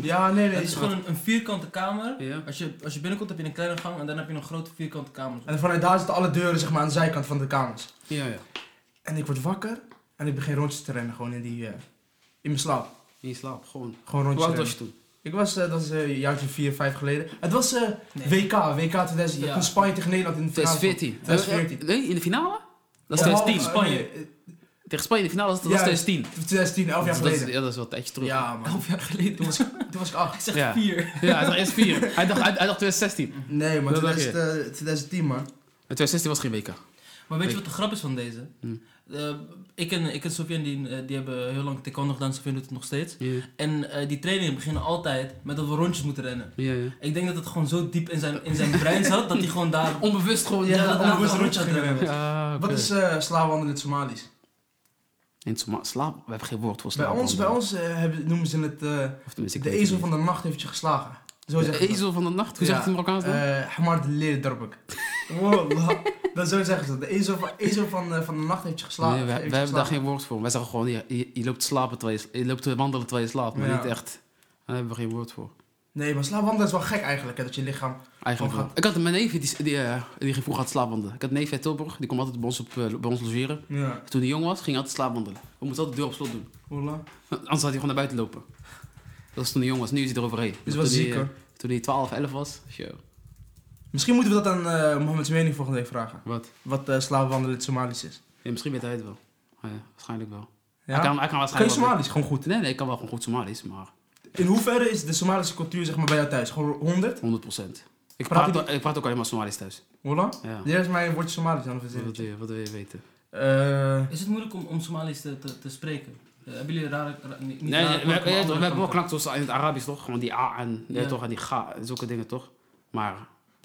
B: Ja, nee, nee.
E: Het is
B: het-
E: gewoon een, een vierkante kamer.
A: Ja.
E: Als je, als je binnenkomt heb je een kleine gang en dan heb je een grote vierkante kamer.
B: En vanuit daar zitten alle deuren zeg maar, aan de zijkant van de kamers.
A: Ja, ja.
B: En ik word wakker en ik begin rondjes te rennen gewoon in, die, eh, in mijn slaap.
A: In je slaap, gewoon.
B: Gewoon rondjes
A: Hoe oud was je
B: rennen.
A: toen?
B: Ik was, eh, dat is eh, een jaartje 4, 5 geleden. Het was eh,
E: Nee.
B: WK, WK 2000.
E: Ja.
B: Toen Spanje tegen Nederland in de finale.
A: 2014.
B: Dat is 14.
A: Eh, Nee, in de finale? Dat is
B: Oh,
A: 2010.
B: eh,
E: Spanje.
B: nee, eh,
A: Tegen Spanje in de finale was dat was
B: Ja,
A: 2010.
B: 2010, 11 jaar
A: Dat is,
B: geleden.
A: ja, dat is wel een tijdje terug.
B: Ja, man.
E: Elf jaar geleden.
B: Toen was, ik- toen was ik 8.
E: Hij zegt
A: Ja.
E: vier.
A: Ja, hij dacht eerst 4. Hij dacht, hij, hij dacht 2016.
B: Nee, maar
A: Dat dacht
B: 2000, eh, 2010, man.
A: En 2016 was geen WK.
E: Maar weet je wat de grap is van deze?
A: Hm.
E: Eh, ik en, ik en Sofjan die, eh, die hebben heel lang taekwondo gedaan, Sofjan doet het nog steeds.
A: Ja,
E: En eh, die trainingen beginnen altijd met dat we rondjes moeten rennen.
A: ja.
E: Ik denk dat het gewoon zo diep in zijn, in zijn brein zat dat hij gewoon daar.
A: Onbewust gewoon.
E: Ja, dat
B: onbewust
E: naam een
B: rondje
E: rondje aan
B: gingen
E: het rennen.
A: Ja, oké.
B: Wat is eh slaapwandelen in het Somalisch?
A: In Soma- slaap, we hebben geen woord voor
B: Bij
A: slaap.
B: ons, bij ons eh, hebben, noemen ze het eh,
A: Of tenminste, ik
B: de
A: weet het
B: ezel
A: niet.
B: van de nacht heeft je geslagen. Zo
A: De
B: zeggen ze dat.
A: ezel van de nacht?
B: Ja,
A: Hoe zegt het in Marokkaans dan?
B: Eh, Hamar de leer dorp ik. Wallah. Dat zo zeggen ze dat. De ezel van, ezel van, eh, van de nacht heeft je geslagen.
A: nee, we, we
B: heeft je
A: hebben daar
B: geslagen.
A: geen woord voor. Wij zeggen gewoon, je, je, je loopt te slapen terwijl je, je loopt te wandelen terwijl je slaapt. Maar
B: Ja.
A: niet echt. Daar hebben we geen woord voor.
B: Nee, maar slaapwandelen is wel gek eigenlijk, hè, dat je lichaam...
A: Eigenlijk
B: Oh,
A: wel. Ik had mijn neef, die, die, eh, die ging vroeger had slaapwandelen. Ik had een neef uit Tilburg, die kwam altijd bij ons, op, eh, bij ons logeren.
B: Ja,
A: Toen hij jong was, ging hij altijd slaapwandelen. We moesten altijd de deur op slot doen.
B: wallah.
A: Anders had hij gewoon naar buiten lopen. Dat was toen hij jong was, nu is hij eroverheen. Maar
B: Is
A: toen
B: wel
A: hij,
B: ziek
A: eh,
B: hoor.
A: Toen hij 12, 11 was. Show.
B: Misschien moeten we dat aan eh Mohammed's mening volgende week vragen.
A: Wat?
B: Wat eh slaapwandelen in het Somalisch is.
A: Ja, misschien weet hij het wel. Ah ja, waarschijnlijk wel.
B: Ja?
A: Hij kan, hij kan
B: Geen
A: waarschijnlijk wel-
B: Somalisch, gewoon goed.
A: Nee, nee, ik kan wel gewoon goed Somalisch, maar
B: In hoeverre is de Somalische cultuur zeg maar, bij jou thuis? Gewoon 100?
A: 100%. Ik
B: Praat
A: praat,
B: je
A: ook- ik praat ook alleen maar Somalisch thuis.
B: Wallah?
A: Ja.
B: Leer eens mij een woordje Somalisch aan of
A: Wat, wil
B: iets.
A: je, wat wil je weten?
B: Eh,
E: Is het moeilijk om, om Somalisch te, te, te spreken? Eh, hebben jullie rare. ra- niet
A: Nee,
E: rare
A: nee, we,
E: klanken, maar
A: we- we
E: andere
A: hebben wel
E: klanken?
A: klanken zoals in het Arabisch toch? Gewoon die A en, ja.
E: Ja.
A: toch, en die Ga, zulke dingen toch? Maar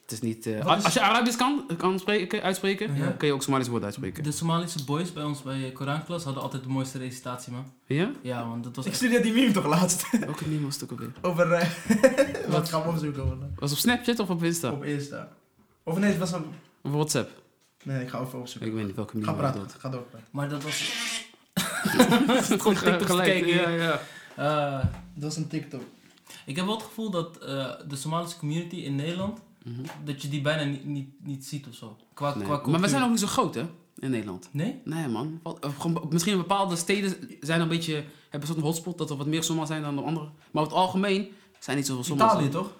A: het is niet... eh,
E: Wat is-
A: Als je Arabisch kan, kan spreken, uitspreken,
B: Ja.
A: kun je ook Somalisch woorden uitspreken.
E: De Somalische boys bij ons bij Koranklas hadden altijd de mooiste recitatie, man.
A: Ja?
E: Ja, man, dat was
B: ik
E: echt...
B: studeerde die meme toch laatst?
A: Ook een nieuw stuk op weer.
B: Over... eh wat gaan we opzoeken? wallah.
A: Was op Snapchat of op Insta?
B: Op Insta. Of nee, het was een...
A: Of WhatsApp?
B: Nee, ik ga even opzoeken.
A: Ik weet niet welke
B: Ga
A: meme hij
B: praten,
A: bedoelt.
B: ga door. praten.
E: Maar dat was...
A: Gewoon
E: TikToks te kijken,
A: Ja, ja.
E: eh,
B: Dat was een TikTok.
E: ik heb wel het gevoel dat eh, de Somalische community in Nederland,
A: Mhm.
E: dat je die bijna niet, niet, niet ziet of zo. Qua,
A: Nee.
E: qua
A: Maar we zijn
E: cultuur.
A: ook niet zo groot, hè? In Nederland.
E: Nee?
A: Nee man, Wat- eh, gewoon be- misschien in bepaalde steden zijn een beetje, hebben een soort hotspot dat er wat meer somma's zijn dan de andere. Maar over het algemeen zijn niet zoveel somma's.
B: Italië toch?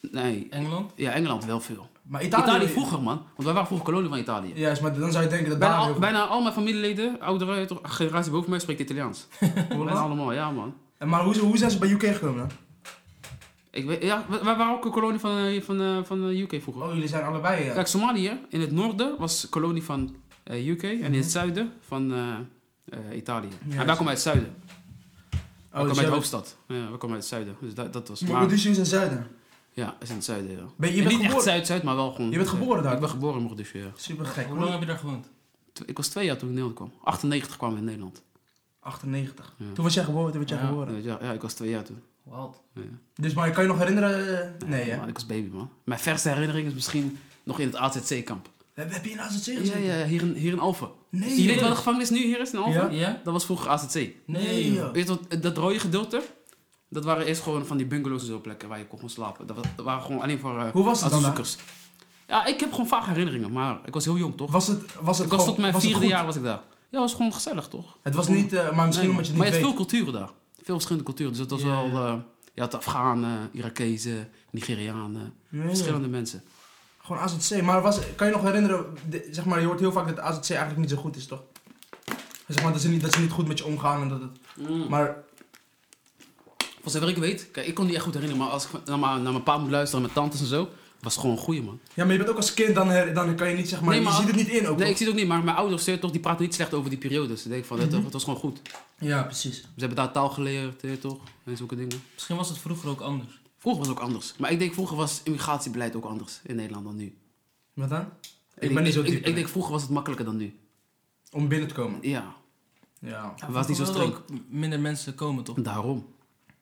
A: Nee,
E: Engeland?
A: ja Engeland wel veel.
B: Maar
A: Italië,
B: Italië...
A: vroeger man, want wij waren vroeger kolonie van Italië.
B: Juist, maar dan zou je denken dat
A: Bijna,
B: daar
A: al,
B: heel
A: bijna al mijn familieleden, oudere toch, generatie boven mij spreekt Italiaans.
B: veel-
A: Bijna allemaal, ja man.
B: En Maar hoe, hoe zijn ze bij UK gekomen dan?
A: Ik weet, ja, wij wij waren ook een kolonie van, eh, van, eh, van de UK vroeger.
B: Oh, jullie zijn allebei... Ja.
A: Kijk, Somalië in het noorden was kolonie van eh, UK en in het zuiden van eh, eh, Italië. en wij
B: Mhm. dus-
A: komen uit het zuiden.
B: Oh,
A: we
B: dus
A: komen uit
B: jij
A: de
B: bent-
A: hoofdstad. Ja, we komen uit het zuiden. Dus dat, dat was.
B: Maar Mogadishu is in het zuiden.
A: ja, is in het zuiden. Ja.
B: Ben, je,
A: En
B: bent
A: niet echt
B: geboren...
A: zuid-zuid, maar wel gewoon.
B: je bent geboren daar?
A: Ik ben geboren in Mogadishu. Ja.
B: Super gek.
E: Hoe lang heb je daar gewoond?
A: Tw- Ik was twee jaar toen ik in Nederland kwam. 98 kwam ik in Nederland.
B: 98.
A: Ja.
B: Toen was jij geboren, toen werd jij
A: ja,
B: geboren.
A: Ja, ja, ik was twee jaar toen.
E: Wild.
B: Dus maar kan je nog herinneren? eh, Nee, hè?
A: Oh, man, ik was baby man. Mijn verste herinnering is misschien nog in het AZC-kamp.
B: Heb, heb je een AZC gezien?
A: Ja, ja, hier in, hier in Alphen.
B: Nee,
A: Je weet
B: joh.
A: wel de gevangenis nu hier is in Alphen?
B: Ja?
E: Ja?
A: Dat was vroeger AZC.
E: Nee.
B: joh.
A: Weet je wat, dat rode gedeelte, dat waren eerst gewoon van die bungalows en zo plekken waar je kon gewoon slapen. Dat, wa- dat waren gewoon alleen voor eh
B: Hoe was het dan? daar?
A: asielzoekers. Ja, ik heb gewoon vage herinneringen, maar ik was heel jong toch?
B: Was het, was het
A: ik was
B: gewoon-
A: tot mijn
B: was het
A: vierde
B: goed?
A: jaar was ik daar. Ja, was gewoon gezellig toch?
B: Het was niet, eh, maar misschien
A: Nee,
B: omdat je het niet
A: maar je
B: weet.
A: hebt veel culturen daar. Veel verschillende culturen. Dus dat was
E: Ja, ja.
A: wel. eh, je had Afghanen, Irakezen, Nigerianen,
B: Nee, joh.
A: verschillende mensen.
B: Gewoon AZC, maar was, kan je nog herinneren, de- zeg maar, je hoort heel vaak dat AZC eigenlijk niet zo goed is, toch? Zeg maar, dat ze niet, dat ze niet goed met je omgaan en dat het...
A: Mm.
B: Maar,
A: Voor zover ik weet, kijk, ik kon die echt goed herinneren, maar als ik naar mijn, naar mijn pa moet luisteren, mijn tantes en zo, was het gewoon een goeie man.
B: ja, maar je bent ook als kind, dan, her- dan kan je niet, zeg maar,
A: Nee, maar-
B: je ziet het niet in ook,
A: Nee, ik
B: toch?
A: zie het ook niet, maar mijn ouders eh, toch, die praten niet slecht over die periodes. Ze denken van,
B: Mhm.
A: eh, toch, het was gewoon goed.
B: Ja, precies.
A: Ze hebben daar taal geleerd, eh, toch? En zulke dingen.
E: Misschien was het vroeger ook anders.
A: Vroeger was het ook anders. Maar ik denk, vroeger was immigratiebeleid ook anders in Nederland dan nu.
B: Wat dan? Ik ben niet zo
A: ik,
B: diep.
A: ik denk vroeger was het makkelijker dan nu.
B: Om binnen te komen.
A: Ja,
B: Ja.
A: het was niet zo
E: Vroeger
A: streng.
E: wilden Dus ook minder mensen komen, toch?
A: Daarom.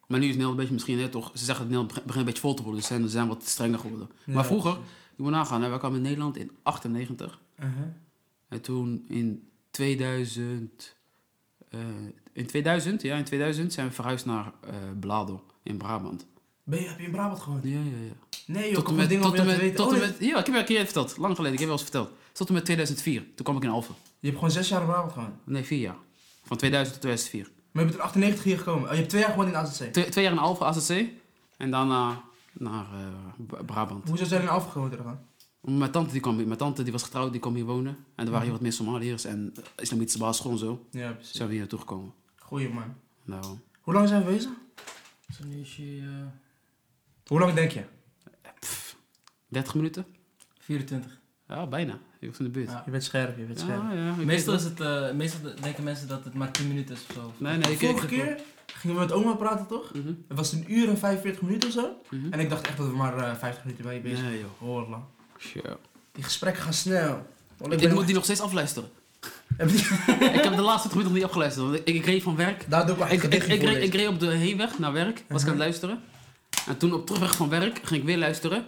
A: Maar nu is Nederland een beetje misschien, hè, toch, ze zeggen dat Nederland begint een beetje vol te worden, dus ze zijn, ze zijn wat strenger geworden. maar vroeger, je moet nagaan, hè, wij kwamen in Nederland in 98
B: Uh-huh.
A: en toen in 2000, eh, in 2000, ja, in 2000 zijn we verhuisd naar eh Bladel in Brabant.
B: Ben je, heb je in Brabant gewoond?
A: Ja, ja, ja.
B: Nee joh,
A: Tot en
B: kom met
A: met,
B: dingen
A: tot
B: om
A: en
B: je te
A: met,
B: weten.
A: tot
B: Oh,
A: en
B: je-
A: met, ja, ik heb een keer verteld, lang geleden, ik heb wel eens verteld. Tot en met 2004, toen kwam ik in Alphen.
B: Je hebt gewoon zes jaar in Brabant gewoond.
A: Nee, vier jaar. Van 2000 tot 2004.
B: Maar je bent in 98 hier gekomen. Oh, je hebt twee jaar gewoond in AZC.
A: Twee, twee jaar in Alphen, AZC. En daarna naar eh, B- Brabant.
B: Hoezo zijn jullie nou in gewoond dan?
A: Mijn tante, die kwam, mijn tante die was getrouwd, die kwam hier wonen. En er waren hier wat meer Somaliërs en eh, islamitische basisschool en zo.
B: Ja,
A: Ze
B: precies.
A: zijn we hier naartoe gekomen.
B: Goeie man.
A: Nou,
B: Hoe lang zijn we bezig?
E: Zo nu is je eh,
B: Hoe lang denk je?
A: 30 minuten?
E: 24.
A: Ja, bijna. Je was in de buurt.
E: Ja.
B: Je bent scherp, je bent scherp.
A: Ah, Ja, ja, ik
E: Meestal,
A: weet
E: is het, eh, meestal denken mensen dat het maar 10 minuten is of zo.
A: wel. Nee, nee, ik
B: Vorige
A: ik-
B: keer gingen we met oma praten toch?
A: Mhm,
B: Het was een uur en 45 minuten of zo.
A: mhm.
B: En ik dacht echt dat we maar eh 50 minuten mee bezig
A: Nee, joh.
B: waren. Hoor lang.
A: Shit.
B: Die gesprekken gaan snel. Want ik
A: Ik
B: ben
A: moet
B: nog-
A: die nog steeds afluisteren.
B: Heb je-
A: ik heb de laatste 20 nog niet afgeluisterd, want ik, ik reed van werk.
B: Daar doe ik maar
A: Ik,
B: echt Uh-huh.
A: ik, ik, reed,
B: ik,
A: ik reed op de heenweg naar werk, was ik aan het luisteren. En toen op terugweg van werk ging ik weer luisteren.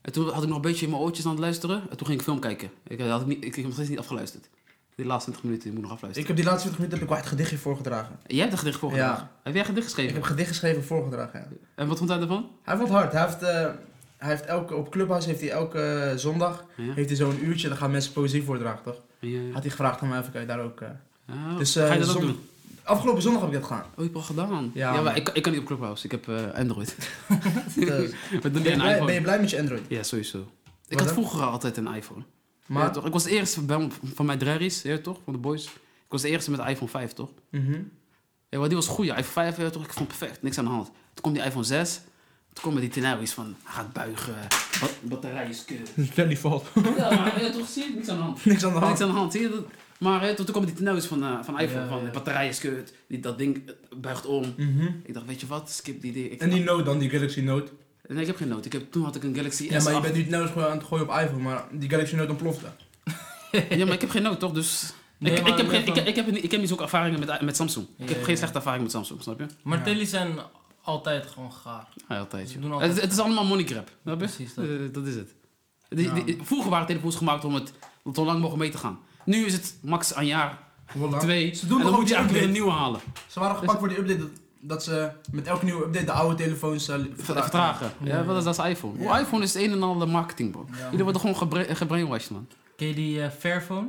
A: En toen had ik nog een beetje in mijn oortjes aan het luisteren. En toen ging ik film kijken. Ik, had ik, niet, ik, heb nog steeds niet afgeluisterd. De laatste 20 minuten, die moet ik nog afluisteren.
B: heb die laatste 20 minuten heb ik wel het gedichtje voorgedragen.
A: Jij hebt een gedicht voorgedragen. Heb jij een gedicht
B: Ik
A: geschreven?
B: heb gedicht geschreven en voorgedragen, ja.
A: En wat vond hij ervan?
B: Hij vond het hard. Hij heeft, eh, hij heeft elke, op Clubhouse heeft hij elke eh, zondag
A: Ja.
B: heeft hij zo'n uurtje. Dan gaan mensen poëzie voordragen, toch?
A: Ja, ja.
B: Had hij gevraagd aan mij of ik daar ook... eh,
A: Ah,
B: Dus, eh,
A: ga je dat ook
B: zonder-
A: doen?
B: Afgelopen zondag heb ik dat gedaan.
A: Oh, je hebt al gedaan.
B: Ja,
A: Ja, maar
B: man.
A: ik, ik kan niet op Clubhouse. Ik heb eh, Android.
B: Dus,
A: We doen
B: ben,
A: niet
B: je
A: een
B: blij, ben
A: iPhone.
B: je blij met je Android?
A: Ja, sowieso. Ik
B: Wat
A: had
B: dan?
A: vroeger altijd een iPhone.
B: Maar,
A: Ja, toch? Ik was de eerste van, van mijn drerries, ja, toch? Van de boys. Ik was de eerste met de iPhone 5, toch?
B: Mhm.
A: Ja, maar die was goed. ja. iPhone 5, ja, toch? Ik vond het perfect. Niks aan de hand. Toen kwam die iPhone 6. Toen kwam met die tenaries van, hij gaat buigen. Ba- batterij is kut.
B: Telly valt.
A: ja, maar ja, toch? Zie je? Niks aan de hand.
B: Niks aan de hand.
A: Niks aan de hand, zie je dat? Maar hè, toen toen kwam die tenaries van, eh, van iPhone,
E: Ja,
A: van,
E: ja.
A: de batterij is kut. Die, dat ding eh, buigt om.
B: Mhm.
A: Ik dacht, weet je wat? Skip die idee. Ik,
B: En die Note dan, die Galaxy Note.
A: Nee, ik heb geen nood. Ik heb, toen had ik een Galaxy
B: Ja,
A: S8.
B: maar je bent nu het nou eens gewoon aan het gooien op iPhone, maar die Galaxy Note ontplofte.
A: Ja, maar ik heb geen nood, toch? Dus...
E: Nee,
A: ik,
E: maar
A: ik, heb
E: net
A: geen, ik,
E: dan-
A: ik, heb, niet- ik heb niet zo'n ervaringen met, met Samsung.
E: Ja,
A: ik heb
E: ja,
A: geen
E: ja.
A: slechte ervaring met Samsung, snap je?
E: Maar
B: Ja.
E: tellies zijn altijd gewoon gaar.
A: Ja, altijd.
E: Ze
A: joh.
E: doen altijd-
A: Het, het is allemaal money grab. Snap je?
E: Precies dat.
A: Eh, dat is het. Die-
B: Ja.
A: die- vroeger waren telefoons gemaakt om het om zo lang mogelijk mee te gaan. Nu is het max een jaar,
B: Hoe lang?
A: twee.
B: Ze doen
A: en
B: nog
A: dan moet je
B: ook
A: eigenlijk weer
B: die
A: een nieuwe halen.
B: Ze waren gepakt voor die update dat, dat ze met elke nieuwe update de oude telefoons eh, li-
A: Ver- Vertragen. Ja, wat is dat als iPhone?
B: Ja.
A: iPhone is het een en ander marketing, bro. Jullie worden gewoon gebra- gebrainwashed, man.
E: Ken je die eh, Fairphone?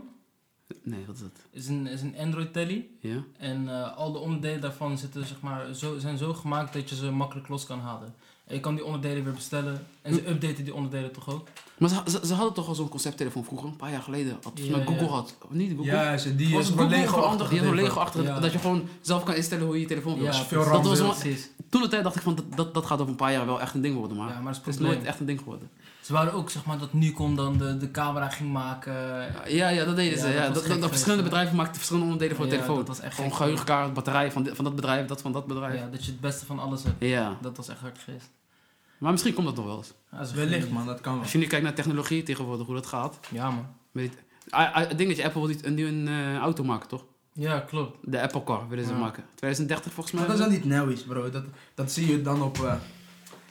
A: Nee, dat is het.
E: Is een, is een Android telly.
A: Ja?
E: En eh, al de onderdelen daarvan zitten, zeg maar, zo, zijn zo gemaakt dat je ze makkelijk los kan halen. En je kan die onderdelen weer bestellen. En
A: Hm.
E: ze updaten die onderdelen toch ook?
A: Maar ze, ze, ze hadden toch al zo'n concepttelefoon vroeger, een paar jaar geleden. Had,
E: Ja,
A: met Google
E: ja.
A: had. of Niet Google.
B: Ja, ze die
A: was
B: is
A: het
B: gewoon
A: Google
B: Lego
A: Lego achter,
B: achtige
A: Lego achter
E: Ja.
A: dat je gewoon zelf kan instellen hoe je je telefoon wil.
B: veel
E: precies.
B: RAM
E: Dat was
A: wil.
E: wel- precies.
A: Toen de tijd dacht ik van dat, dat, dat gaat over een paar jaar wel echt een ding worden, maar,
E: Ja, maar dat
A: het
E: is
A: is
E: het probleem.
A: nooit echt een ding geworden.
E: Ze waren ook, zeg maar, dat Nikon dan de, de camera ging maken.
A: Ja, ja, dat deden ze.
E: Ja,
A: Ja,
E: dat was
A: dat, dat,
E: gek
A: dat
E: geweest,
A: verschillende
E: hè?
A: bedrijven maakten verschillende onderdelen voor de
E: Ja,
A: telefoon.
E: dat was echt
A: Gewoon
E: gek.
A: geheugenkaart, batterij van, dit- van dat bedrijf, dat van dat bedrijf. Ja.
E: Ja, dat je het beste van alles hebt. Dat was echt hard geweest.
A: Maar misschien komt dat nog wel eens.
E: Ja, ze
B: Wellicht
E: gingen-
B: man, dat kan wel.
A: Als je nu kijkt naar technologie tegenwoordig, hoe dat gaat.
E: Ja, man.
A: Weet, Ah, ah, het dingetje, Apple wil niet een, nu een eh, auto maken, toch?
E: Ja, klopt.
A: De Apple Car willen ze
E: Ja.
A: maken. 2030 volgens mij.
B: Maar dat is dan niet nou iets bro, dat, dat zie je dan op... eh,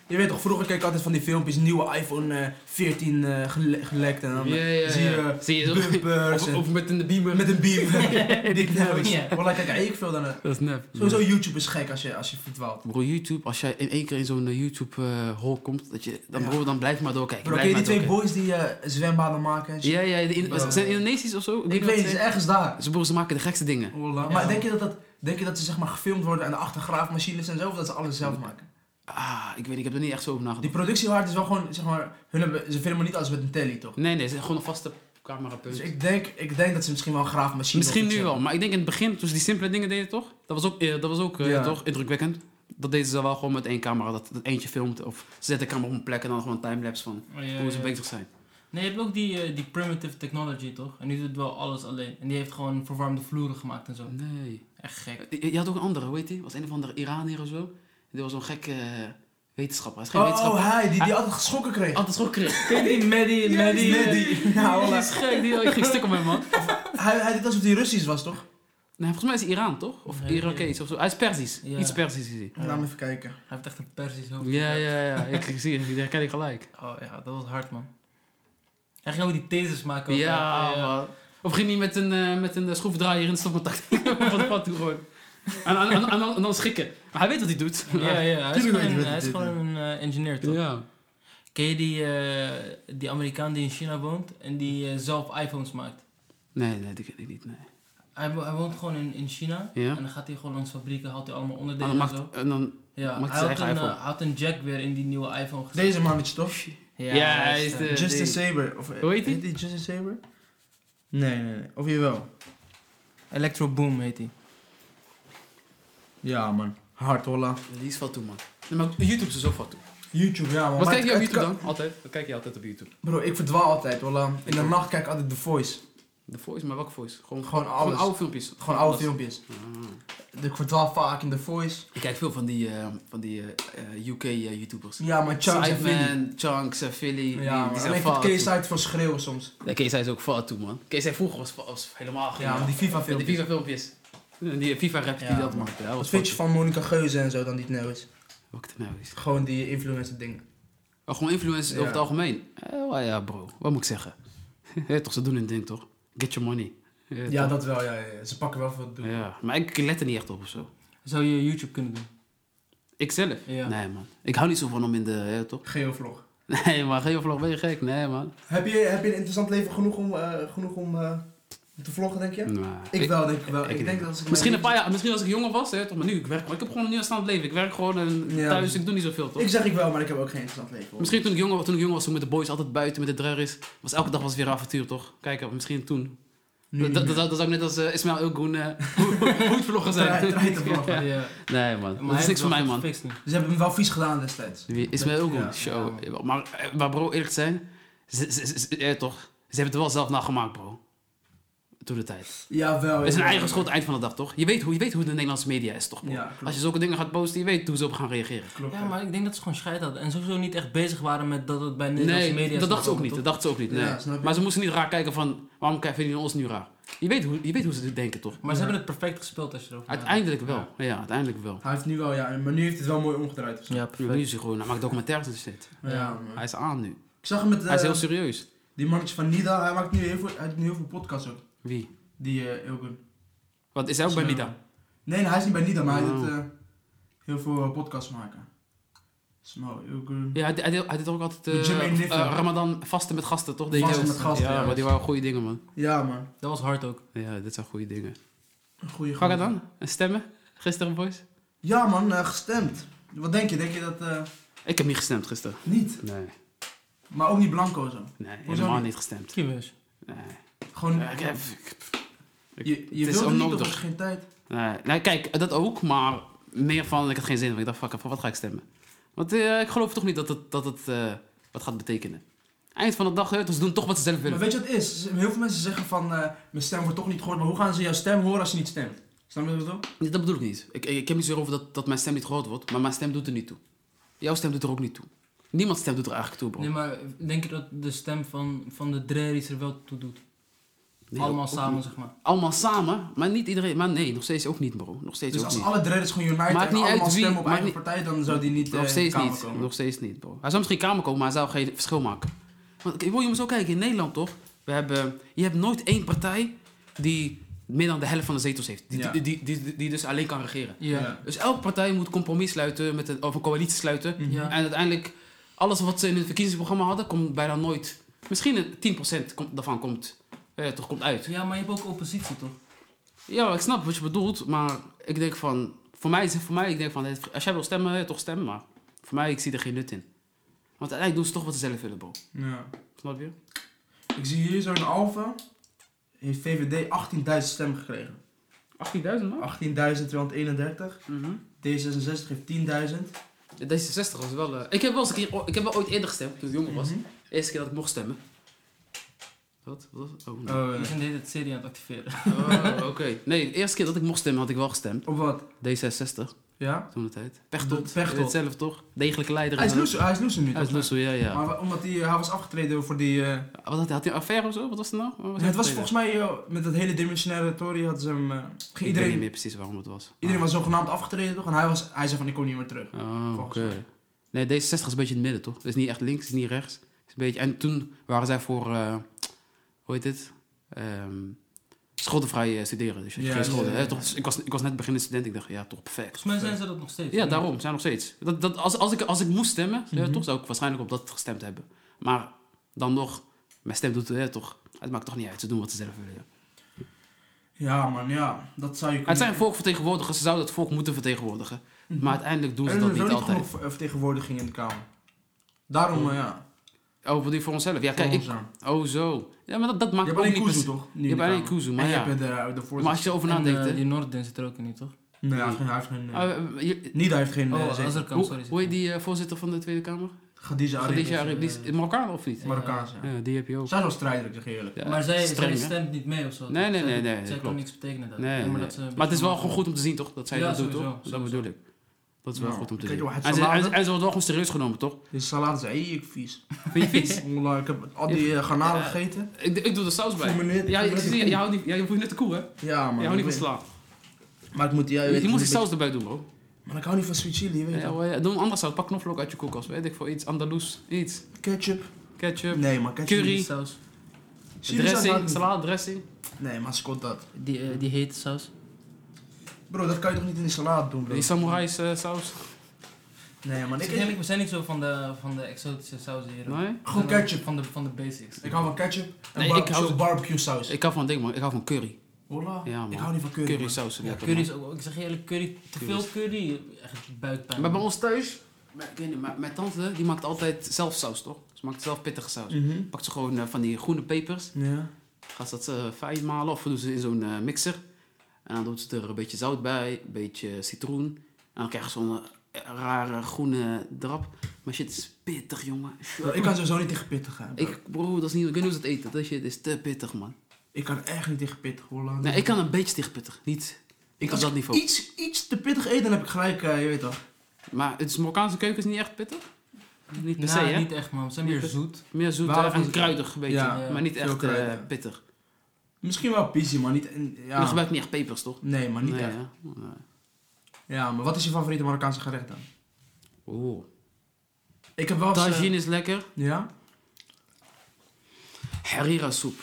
B: je weet toch, vroeger keek ik altijd van die filmpjes, nieuwe iPhone eh, 14 eh, gele- gelekt en dan
A: Ja, ja,
B: zie je
A: ja.
B: eh,
A: Zie je zo-
B: bumpers
A: Of,
B: en
A: of met een beamer.
B: met een beamer. Dit nou is.
E: Ja.
B: Wallah, kijk eigenlijk veel dan het.
A: Dat is nep.
B: Sowieso YouTube is gek als je, als je verdwaalt.
A: Bro, YouTube, als jij in één keer in zo'n eh, YouTube eh, hol komt, dat je, dan,
B: Ja.
A: bro, dan blijf maar doorkijken.
B: Bro, ken
A: blijf
B: je die
A: maar
B: twee boys die eh, zwembaden maken en shit?
A: doorkijken. Ja, ja, de Indo-
B: Bro.
A: zijn het Indonesisch of zo?
B: Ik
A: niet wat
B: weet
A: ze
B: het, is
A: zijn.
B: ergens daar.
A: Ze, bro, ze maken de gekste dingen.
B: Wallah.
E: Ja.
B: Maar denk je, dat dat, denk je dat ze zeg maar gefilmd worden en de achtergraafmachines en zo, of dat ze alles zelf maken?
A: Ah, ik weet ik heb er niet echt zo over
B: Die
A: nagedacht.
B: productiewaarde is wel gewoon, zeg maar, hun hebben, ze filmen niet alles met een telly, toch?
A: Nee, nee, ze zijn gewoon een vaste
B: Dus
A: camerapunt.
B: ik denk, ik denk dat ze misschien wel een graafmachine
A: Misschien
B: of iets
A: nu wel,
B: hebben.
A: maar ik denk in het begin, toen ze die simpele dingen deden, toch? Dat was ook, eh, dat was ook eh,
B: Ja.
A: toch, indrukwekkend. Dat deden ze wel gewoon met één camera, dat, dat eentje filmt. Of ze zetten de camera op een plek en dan gewoon een timelapse van
E: Oh, ja,
A: hoe ze
E: ja.
A: bezig zijn.
E: Nee, je hebt ook die, eh, die primitive technology, toch? En die doet wel alles alleen. En die heeft gewoon verwarmde vloeren gemaakt en zo.
A: Nee.
E: Echt gek.
A: Je, je had ook een andere, hoe heet die? Was een of andere Iranier of zo. Die was zo'n gek, eh, weet wetenschapper. Hij is geen
B: Oh,
A: wetenschapper.
B: hij, die, die altijd geschokken kreeg.
A: Altijd gewoon kreeg.
E: Ken je die Maddie, Maddie?
B: Met
E: eh,
B: die- Nou,
A: Die
B: voilà.
A: is gek, die ik ging stuk op hem, man.
B: hij, hij deed alsof hij Russisch was, toch?
A: Nee, volgens mij is hij Iran, toch? Of
E: Nee,
A: Irakees of zo. Hij is Perzisch.
E: Ja.
A: Iets Perzisch is hij.
E: Ja.
B: Laat me even kijken.
E: Hij heeft echt een persisch hoofd.
A: Ja, ja, ja. Ik ik zie het, die herken ik gelijk.
E: Oh ja, dat was hard, man. Hij ging ook die theses maken. ook,
A: Ja,
E: hè?
A: man. Of ging hij met een, eh, met een eh, schroefdraaier in de stopcontact van de pad toe gewoon. En, en, en, en dan- en dan schikken. Maar hij weet wat hij doet.
E: Ja, ja, hij is
B: Tuurlijk weet je
E: gewoon,
B: wat
E: een-
B: hij
E: hij is
B: doet,
E: gewoon een eh, engineer, toch?
A: Ja.
E: Ken je die, eh, die Amerikaan die in China woont en die eh, zelf iPhones maakt?
A: Nee, nee, die ken ik niet. Nee.
E: Hij, wo- hij woont gewoon in, in China
A: Ja.
E: en dan gaat hij gewoon langs fabrieken, haalt hij allemaal
A: En
E: onderdelen
A: dan,
E: en,
A: maakt,
E: zo.
A: en dan,
E: Ja,
A: maakt
E: hij
A: hij
E: had,
A: zijn
E: een,
A: eigen
E: eh, hij had een jack weer in die nieuwe iPhone gezet.
B: Deze mannetje, toch?
A: Ja,
E: Ja, hij
A: hij is de-
E: de-
B: Justin
A: die-
B: Saber. Of, eh,
A: Eh, Hoe heet die?
B: Justin Saber? Nee, nee, nee. Of jawel.
E: Electro Boom heet hij.
B: Ja, man. Hard, holla.
A: die is wat toe, man. Nee, maar YouTube is ook wat toe.
B: YouTube, ja, man.
A: Wat
B: Maar
A: kijk je op
B: het-
A: YouTube
B: het
A: dan? Altijd. Wat kijk je altijd op YouTube?
B: kan- Bro, ik verdwaal altijd, holla. In de nacht kijk ik altijd The Voice.
A: De voice, maar welke voice? Gewoon,
B: Gewoon alles.
A: oude filmpjes.
B: Gewoon oude
A: Alles.
B: filmpjes.
A: Ah.
B: Ik verdwaal vaak in The Voice.
A: Ik kijk veel van die, eh, van die eh, eh, UK eh, YouTubers.
B: Ja, maar Chuck en Vinny.
A: Sideman, Chunks en Philly.
B: Ja,
A: die,
B: man.
A: die
B: En
A: zijn
B: ik vind
A: fout.
B: Kees uit voor schreeuwen soms.
A: Ja, Kees hij is ook fout toe, man. Kees hij vroeger was, was helemaal geen.
B: Ja, maar die FIFA
A: Met die
B: filmpjes.
A: FIFA-filmpjes. Die FIFA-raps
B: Ja,
A: die dat
B: man.
A: maakte. hè,
B: Wat
A: was
B: vind je van Monica Geuze en zo dan die het nou is?
A: Wat ik er nou is.
B: Gewoon die influencer dingen.
A: Oh, gewoon influencers
B: Ja.
A: over het algemeen. Eh, wel ja, bro. Wat moet ik zeggen? Hé, toch, ze doen hun ding, toch? Get your money. Eh,
B: Ja,
A: toch?
B: dat wel, ja, ja, ja. Ze pakken wel veel doen.
A: Ja, maar ik let er niet echt op of zo.
E: Zou je YouTube kunnen doen?
A: Ik zelf?
E: Ja.
A: Nee, man. Ik hou niet zo van om in de... hè, toch?
B: Geovlog.
A: Nee, man. Geen vlog, ben je gek? Nee, man.
B: Heb je, heb je een interessant leven genoeg om, eh, genoeg om eh, om te vloggen, denk je?
A: Nou,
B: Ik, wel, denk ik wel. Ik,
A: ik
B: denk
A: niet.
B: dat als ik mijn
A: Misschien een
B: leven-
A: paar jaar, misschien als ik jonger was, hè, toch? maar nu, ik werk, maar ik heb gewoon een interessant leven. Ik werk gewoon en
B: Ja.
A: thuis, ik doe niet zoveel, toch?
B: Ik zeg ik wel, maar ik heb ook geen interessant leven. hoor.
A: Misschien toen ik jonger was, toen ik jonger was, toen ik met de boys altijd buiten met de drerris, was elke dag was weer een avontuur, toch? Kijk, eh, misschien toen.
B: Nu
A: Dat,
B: niet
A: dat,
B: meer.
A: dat, dat zou ik net als eh, Ismail Ilgoen uh, hoedvlogger zijn.
B: Draai- draai te vloggen.
A: Ja.
E: Ja.
A: Nee, man. Dat is niks voor mij, man.
B: Ze hebben hem wel vies gedaan destijds.
A: Wie- Ismail Ilgoen,
B: Ja.
A: show. Maar, eh, maar bro, eerlijk te zijn, ze, ze, ze- ze- eh, toch? Ze hebben het er wel zelf naar gemaakt, bro. Toen de tijd.
B: Jawel.
A: Het is een
B: ja.
A: eigen schot eind van de dag, toch? Je weet hoe, je weet hoe de Nederlandse media is, toch? Bro?
B: Ja, klopt.
A: Als je zulke dingen gaat posten, je weet hoe ze op gaan reageren.
B: klopt
E: Ja, maar ik denk dat ze gewoon scheid hadden. En sowieso niet echt bezig waren met dat het bij Nederlandse
A: Nee,
E: media...
A: dat dachten ze ook
E: toch?
A: niet. Dat dachten ze ook niet.
B: Ja,
A: Nee.
B: snap je.
A: maar ze moesten niet raar kijken van waarom k- vinden jullie ons nu raar? Je weet hoe, je weet hoe ze dit denken, toch?
E: Maar ze hebben het perfect gespeeld als je erover nadenkt.
A: Uiteindelijk wel. Ja, uiteindelijk wel.
B: Hij heeft nu wel, ja, maar nu heeft het wel mooi omgedraaid. of zo.
E: Ja,
A: Nu
E: perfect.
A: is hij gewoon, hij maakt documentaires en shit.
B: Ja, man.
A: Hij is aan nu.
B: Ik zag hem met eh,
A: hij is heel serieus.
B: die mannetje van Nida, hij maakt nu heel veel, hij doet nu heel veel podcasts ook.
A: Wie?
B: Die eh Ilgun.
A: Wat is hij ook bij Nida?
B: Dus, eh, Nee, nee, hij is niet bij Nida, maar hij
A: Oh.
B: doet eh, heel veel eh, podcasts maken. Small Ilgun.
A: Ja, hij, hij, deed- hij deed ook altijd eh,
B: Met Jermaine Niffen.
A: eh, Ramadan vasten met gasten, toch? Deed hij
B: Vasten
A: ook.
B: met gasten,
A: Ja,
B: ja.
A: maar die waren goede dingen, man.
B: Ja, man.
E: Dat was hard ook.
A: Ja, dit zijn goede dingen.
B: Een goede
A: Ga ik dan? En stemmen? Gisteren, boys?
B: Ja, man, eh, gestemd. Wat denk je? Denk je dat eh,
A: Ik heb niet gestemd gisteren.
B: niet?
A: Nee,
B: Maar ook niet blanco zo.
A: nee helemaal
B: niet? Eh,
A: niet gestemd. Eh,
E: Kiewis.
A: Nee.
B: Gewoon,
A: Ja, ik heb-
B: je, je
A: het is
B: wilde niet,
A: onnodig.
B: toch? Er is geen tijd.
A: Nee, nee, kijk, dat ook, maar meer van, ik had geen zin. Want ik dacht, fuck, voor wat ga ik stemmen? Want eh, ik geloof toch niet dat het, dat het eh, wat gaat betekenen. Eind van de dag, eh, ze doen toch wat ze zelf
B: Maar
A: willen.
B: weet je wat het is? Heel veel mensen zeggen van, eh, mijn stem wordt toch niet gehoord, maar hoe gaan ze jouw stem horen als je niet stemt? Snap je dat bedoel?
A: Nee, Dat bedoel ik niet. Ik, ik, ik heb niet zo over dat, dat mijn stem niet gehoord wordt, maar mijn stem doet er niet toe. Jouw stem doet er ook niet toe. Niemands stem doet er eigenlijk toe, bro.
E: Nee, maar denk je dat de stem van, van de Dreris er wel toe doet?
A: Nee,
E: Allemaal
A: ook- ook
E: samen,
A: niet.
E: zeg maar.
A: Allemaal samen, maar niet iedereen. Maar nee, nog steeds ook niet, bro. Nog steeds
B: Dus
A: ook
B: als
A: niet.
B: alle dreaders gewoon unite
A: Maakt
B: en
A: niet
B: allemaal
A: uit wie,
B: stemmen op
A: maakt
B: eigen
A: niet-
B: partij, dan zou die niet eh,
A: nog steeds
B: in de
A: niet.
B: Kamer komen.
A: Nog steeds niet, bro. Hij zou misschien kamer komen, maar hij zou geen verschil maken. Want ik wil je moet zo kijken, in Nederland toch? We hebben, je hebt nooit één partij die meer dan de helft van de zetels heeft. Die,
B: Ja.
A: die, die, die, die dus alleen kan regeren.
E: Ja.
B: Ja.
A: Dus elke partij moet compromis sluiten met een, of een coalitie sluiten.
B: Mhm.
E: Ja.
A: En uiteindelijk, alles wat ze in het verkiezingsprogramma hadden, komt bijna nooit. Misschien een 10% komt, daarvan komt, eh, toch komt uit.
E: Ja, maar je hebt ook oppositie, toch?
A: Ja, ik snap wat je bedoelt, maar ik denk van... Voor mij, is het- voor mij ik denk van, het- als jij wil stemmen, eh, toch stemmen, maar... Voor mij, ik zie er geen nut in. Want uiteindelijk doen ze toch wat ze zelf willen, bro.
B: Ja.
A: Snap je?
B: Ik zie hier zo'n Alfa, heeft VVD 18.000 stemmen gekregen.
A: 18.000 man?
B: 18.231,
A: Mhm.
B: D66 heeft 10.000.
A: D66 was wel... eh, ik, heb wel eens een keer, o- ik heb wel ooit eerder gestemd, toen ik jonger was.
B: Mhm.
A: Eerste keer dat ik mocht stemmen. Wat? Wat was het? Oh, nee.
B: Oh,
E: Ik
B: eh,
E: ben de hele tijd serie aan het activeren.
A: Oh, oké. Nee, de eerste keer dat ik mocht stemmen, had ik wel gestemd.
B: op wat?
A: D66.
B: Ja?
A: Toen de tijd. Pechtold.
B: Pechtold.
A: Pechtold. zelf toch? Degelijke leider.
B: Hij is loes, hij is loes nu.
A: Hij is
B: toch?
A: Loesoe, ja, ja.
B: Maar wa- omdat hij, hij was afgetreden voor die... eh,
A: Wat had, had hij een affaire of zo? Wat was het nou? Wat
B: Ja, het was
A: affaire?
B: volgens mij eh, met dat hele dimensionaire Tory hadden ze hem. eh, ging
A: Ik weet niet
B: iedereen,
A: meer precies waarom het was. Ah.
B: iedereen was zogenaamd afgetreden toch? En hij, was, hij zei van ik kom niet meer terug.
A: Oh, oké.
B: volgens mij.
A: Nee, D66 is een beetje in het midden, toch? Het is niet echt links, het is niet rechts. Het is een beetje... En toen waren zij voor... eh, hoe heet dit? Ehm schuldenvrij eh, studeren. Dus je hebt
B: Ja,
A: geen schulden.
B: ja,
A: hè?
B: ja.
A: Toch, ik, was, ik was net beginnend student. Ik dacht, ja, toch perfect.
E: Volgens mij zijn ze dat nog steeds.
A: Ja, daarom. Zijn nog steeds. Dat, dat, als, als, ik, als ik moest stemmen, eh,
B: Mhm.
A: toch zou ik waarschijnlijk op dat gestemd hebben. Maar dan nog, mijn stem doet eh, toch... Het maakt toch niet uit. Ze doen wat ze zelf willen. ja.
B: Ja man, ja, dat zou je kunnen.
A: Het
B: Mhm.
A: zijn volkvertegenwoordigers. Ze zouden het volk moeten vertegenwoordigen. Maar uiteindelijk doen ze
B: er
A: dat
B: is
A: niet
B: ook
A: altijd.
B: genoeg ver- vertegenwoordiging in de Kamer. Daarom, eh, ja.
A: Oh, voor die voor onszelf. Ja, kijk,
B: daarom
A: ik,
B: zo.
A: Oh, zo. Ja, maar dat, dat
B: Je
A: maakt
B: hebt
A: ook
B: alleen
A: niet
B: Kuzu
A: precies-
B: toch?
A: Je hebt alleen Kuzu, maar ja.
B: je hebt eh, de, de voorzitter.
A: Maar als je erover
E: En
A: nadenkt,
E: eh,
A: hè.
E: die Noordin zit er ook in niet, toch?
B: Nee, hij heeft geen. Hij heeft geen eh,
A: Ah, eh, je-
B: Nida heeft geen.
E: Oh,
B: eh,
E: als
B: zetel.
E: er kan,
A: Hoe
E: sorry.
A: hoe heet die eh, voorzitter van de Tweede Kamer?
B: Khadija Ariep.
A: Khadija Ariep, die is
E: eh,
A: Marokkaan of niet?
E: Ja.
B: Marokkaans, ja.
A: Ja, die heb je ook.
B: Zij is wel strijder, ik zeg je eerlijk.
A: Ja,
E: maar zij,
A: eh, streng,
E: zij
A: hè?
E: stemt niet mee of zo.
A: Nee,
E: toch?
A: nee,
E: Zij-
A: nee, nee,
E: Zij
A: klopt.
E: kan niks betekenen daar.
A: Nee,
E: maar,
A: nee.
E: dat ze een
A: Maar het is
E: beetje
A: wel
E: maken.
A: gewoon goed om te zien, toch? Dat zij
E: Ja,
A: dat doet,
E: sowieso,
A: toch? Dat
E: sowieso.
A: bedoel ik. Dat is wel
B: Ja.
A: goed om te
B: Kijk,
A: zien.
B: joh, het
A: En ze, en,
B: salade.
A: ze- en ze wordt wel gewoon serieus genomen, toch?
B: Die salade is ik vies.
A: Vind je vies?
B: Ola, ik heb al die eh, garnalen
A: Ja.
B: gegeten.
A: ik, ik doe er saus bij.
B: Voel me net-
A: Ja,
B: voel
A: je,
B: me net
A: zie
B: een
A: je, je
B: koe.
A: houdt niet, ja, je voelt net de koe, hè?
B: Ja, man.
A: je houdt
B: ik
A: niet van
B: weet-
A: sla.
B: Maar ik moet, ja,
A: Je,
B: weet-
A: moet
B: ik
A: die
B: weet-
A: saus erbij doen, bro.
B: Maar ik hou niet van sweet chili, je weet
A: Ja,
B: toch?
A: hoor, ja, doe een andere saus. Pak knoflook uit je koelkast, weet ik voor iets. Andaloes, iets.
B: Ketchup.
A: Ketchup.
B: Nee, maar ketchup.
A: Curry.
E: Die saus.
B: Chili saus hou ik
A: dressing,
B: niet.
A: salade dressing.
B: Nee, maar scot dat.
E: Die, eh, die hete saus.
B: Bro, dat kan je toch niet in de salade doen, bro?
A: Die samurai eh, saus.
B: Nee, man.
E: Ik
B: Ik,
E: zeg eerlijk, Dus we zijn niet zo van de, van de exotische sausen hier. hoor.
A: Nee?
B: Gewoon
E: Van de-
B: ketchup.
E: Van de, van de basics.
B: ik hou van ketchup en
A: Nee, ik
B: barbecue,
A: hou-
B: barbecue saus.
A: Ik hou van ding, man. Ik hou van curry.
B: Hola?
A: Ja, man.
B: Ik hou niet van curry,
A: Curry
B: man.
A: saus.
E: Ja, curry is ook, ik zeg je eerlijk, curry, te
A: Curry
E: veel
A: is-
E: curry, echt buikpijn.
A: Maar bij ons thuis, maar ik weet niet, maar mijn tante die maakt altijd zelf saus, toch? Ze maakt zelf pittige saus.
B: Mhm.
A: Pakt ze gewoon eh, van die groene pepers,
B: Ja.
A: gaat ze dat eh, fijn malen of doen ze in zo'n eh, mixer. En dan doet ze er een beetje zout bij, een beetje citroen. En dan krijg je zo'n eh, rare groene drap. Maar shit is pittig, jongen.
B: Bro, Ik kan sowieso niet tegen pittig gaan. bro. Ik,
A: Ik, bro, dat is niet, ik weet niet hoe ze het eten. Dat shit is te pittig, man.
B: kan echt niet tegen pittig, hola.
A: Nee, ik kan een beetje tegen pittig. Niet
B: Ik-
A: op
B: als
A: dat niveau.
B: iets, iets te pittig eten, dan heb ik gelijk, eh, je weet toch.
A: Maar het is Marokkaanse keuken is niet echt pittig? Niet per se,
E: Nou,
A: hè?
E: niet echt man, ze zijn
A: Niet
E: meer
A: per-
E: zoet.
A: Meer zoet
B: Waarom
A: eh, en
B: niet?
A: kruidig, een beetje.
B: Ja,
A: maar niet
B: veel
A: echt eh,
B: kruiden.
A: pittig.
B: Misschien wel pizzi, maar niet... en-
A: Je
B: Ja.
A: gebruikt niet echt pepers, toch?
B: Nee, maar niet
A: nee,
B: echt.
A: hè? Nee.
B: Ja, maar wat is je favoriete Marokkaanse gerecht dan?
A: Oeh.
B: Ik heb wel eens... eh,
A: Tagine is lekker.
B: Ja?
A: Harira soep.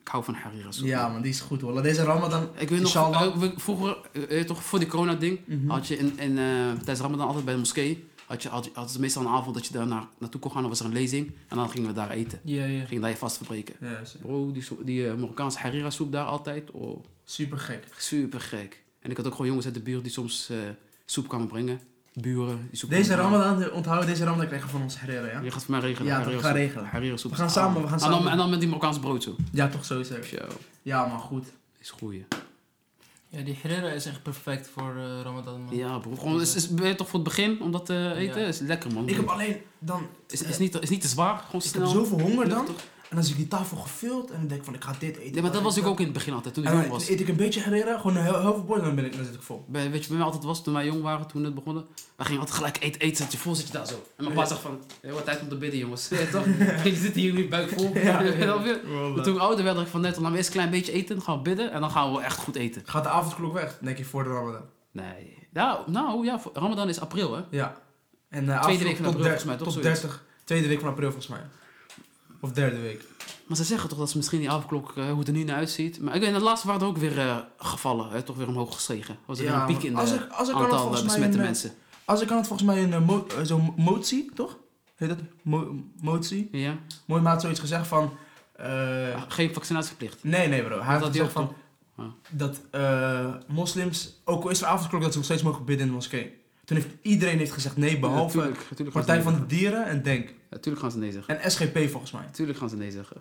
A: Ik hou van harira soep.
B: Ja, man, die is goed, hoor. Deze Ramadan...
A: Ik weet nog,
B: Inshallah.
A: eh, we- vroeger, eh, eh, toch voor die corona-ding,
B: Mhm.
A: had je in, in, eh, tijdens Ramadan altijd bij de moskee, had je, had, had ze meestal een avond dat je daar naar, naartoe kon gaan, dan was er een lezing en dan gingen we daar eten.
E: Ja, ja.
A: Gingen daar je vast verbreken.
B: Ja, ze-
A: Bro, die, so- die eh, Marokkaanse harira soep daar altijd, oh.
B: super gek.
A: Super gek. En ik had ook gewoon jongens uit de buurt die soms eh, soep kwamen brengen. Buren die soep
B: Deze
A: kwamen brengen.
B: Ramadan, eh, onthouden, deze Ramadan krijgen we van ons herreren, ja?
A: Je gaat voor mij regelen.
B: Ja,
A: Harira
B: ik ga
A: soep.
B: regelen.
A: Harira soep.
B: We gaan
A: is
B: samen,
A: aan.
B: we gaan
A: En dan,
B: samen.
A: en dan met die Marokkaans brood zo.
B: Ja, toch sowieso.
A: Zo,
B: Ja, maar goed.
A: is goeie.
E: Ja, die Herrera is echt perfect voor eh, Ramadan man.
A: Ja bro, gewoon, is, is, ben je toch voor het begin om dat te eten?
E: Ja.
A: Is lekker man.
B: Ik heb alleen dan...
A: is, is, niet, is niet te zwaar, gewoon
B: Ik
A: snel.
B: heb zoveel honger dan.
A: Luchtig.
B: En dan zie ik die tafel gevuld en dan denk ik van ik ga dit eten.
A: Nee, maar dat was ik
B: eten.
A: ook in het begin altijd, toen ik
B: En
A: jong
B: dan
A: was.
B: eet Ah, ik een beetje herrera, gewoon een heel, heel veel bord en dan, ben ik, dan zit ik vol.
A: Bij, weet je, bij mij altijd was toen wij jong waren, toen we net begonnen. Wij gingen altijd gelijk eten, eten, zat je vol, zit je daar zo. En mijn pa zegt van, "Hé, wat tijd om te bidden jongens. Ja, toch? je zit hier nu buik vol.
B: Ja.
A: En dan weer- Maar toen ik ouder werd, dacht ik van net, laten we eerst een klein beetje eten, dan gaan we bidden en dan gaan we echt goed eten.
B: Gaat de avondklok weg, denk ik, voor de ramadan.
A: Nee. Nou, nou ja, voor- Ramadan is april, hè?
B: Ja. En eh
A: Tweede week van
B: avondklok tot
A: april, volgens mij, toch?
B: Tot
A: Zoiets.
B: 30, tweede week van april volgens mij. Of derde week.
A: Maar ze zeggen toch dat ze misschien die avondklok, eh, hoe het er nu naar uitziet. Maar ik weet, in het laatste waren er ook weer eh, gevallen, hè? toch weer omhoog gestegen. Was er
B: Ja,
A: weer een piek
B: maar
A: in
B: als
A: het
B: ik- als ik kan het
A: aantal
B: volgens
A: eh,
B: mij
A: besmette
B: een, eh,
A: mensen.
B: Als ik aan het volgens mij een eh, mo- eh, zo'n motie, toch? Heet dat? Mo- motie?
A: Ja?
B: Mooi maat zoiets gezegd van... eh,
A: Geen vaccinatie verplicht.
B: Nee, nee bro. Hij heeft
A: Ah. had
B: gezegd
A: hij ook Ah.
B: van dat eh, moslims, ook al is er avondklok, dat ze nog steeds mogen bidden in de moskee. Toen heeft iedereen heeft gezegd nee, behalve
A: natuurlijk, natuurlijk
B: Partij van de Dieren en Denk.
A: Natuurlijk gaan ze nee zeggen.
B: En SGP volgens mij.
A: Natuurlijk gaan ze nee zeggen.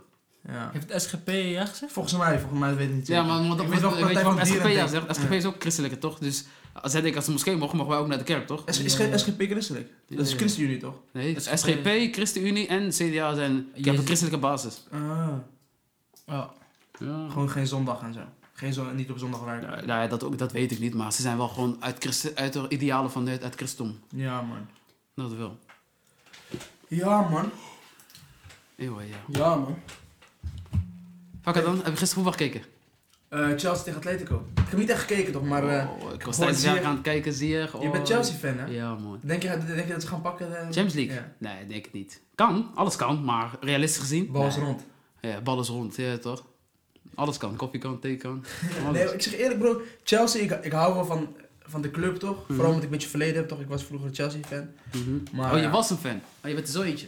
B: Ja.
E: Heeft SGP ja E gezegd?
B: Volgens mij, volgens mij weet ik niet.
A: Ja,
B: zeker.
A: maar want dat
B: ik weet wel
A: weet
B: Partij
A: je
B: van
A: wat
B: de
A: SGP
B: Dieren
A: ja
B: en
A: zegt.
B: Denk.
A: SGP is ook christelijke, toch? Dus als zij denken als ze moskee mogen, mogen wij ook naar de kerk, toch?
B: Ja. S- is geen- SGP christelijk? Dat is
A: Ja.
B: ChristenUnie toch?
A: Nee, dus
E: SGP.
A: SGP, ChristenUnie en CDA zijn... Ik heb een
E: Jezus.
A: Ah. christelijke basis.
B: Ah,
E: Ja.
B: gewoon geen zondag en zo. Geen zo, niet op zondag werken.
A: Nou, nou ja, dat, ook, dat weet ik niet, maar ze zijn wel gewoon uit, christen, uit de idealen van het, uit christendom.
B: Ja, man.
A: Dat wel.
B: Ja, man.
A: Eeuwen, ja.
G: Ja, man.
A: Vakker dan, heb je gisteren voetbal gekeken?
B: Eh, Chelsea tegen Atletico. Ik heb niet echt gekeken toch, maar eh,
A: Oh, ik
B: hoor
A: was tijdens het jaar
B: zeer-
A: aan het kijken, zie je.
B: je bent Chelsea-fan, hè?
A: Ja, man.
B: Denk, je, denk je dat ze gaan pakken? eh?
A: Champions League?
B: Ja.
A: Nee, ik denk het niet. Kan, alles kan, maar realistisch gezien.
B: Bal is
A: nee.
B: rond.
A: Ja, bal is rond, ja toch? Alles kan, koffie kan, thee kan.
B: Nee,
A: Alles.
B: ik zeg eerlijk bro, Chelsea, ik, ik hou wel van, van de club toch? Vooral omdat ik een beetje verleden heb toch? Ik was vroeger een Chelsea-fan.
A: Mhm.
B: Maar
A: oh, je
B: ja.
A: was een fan. Oh, je bent zo eentje.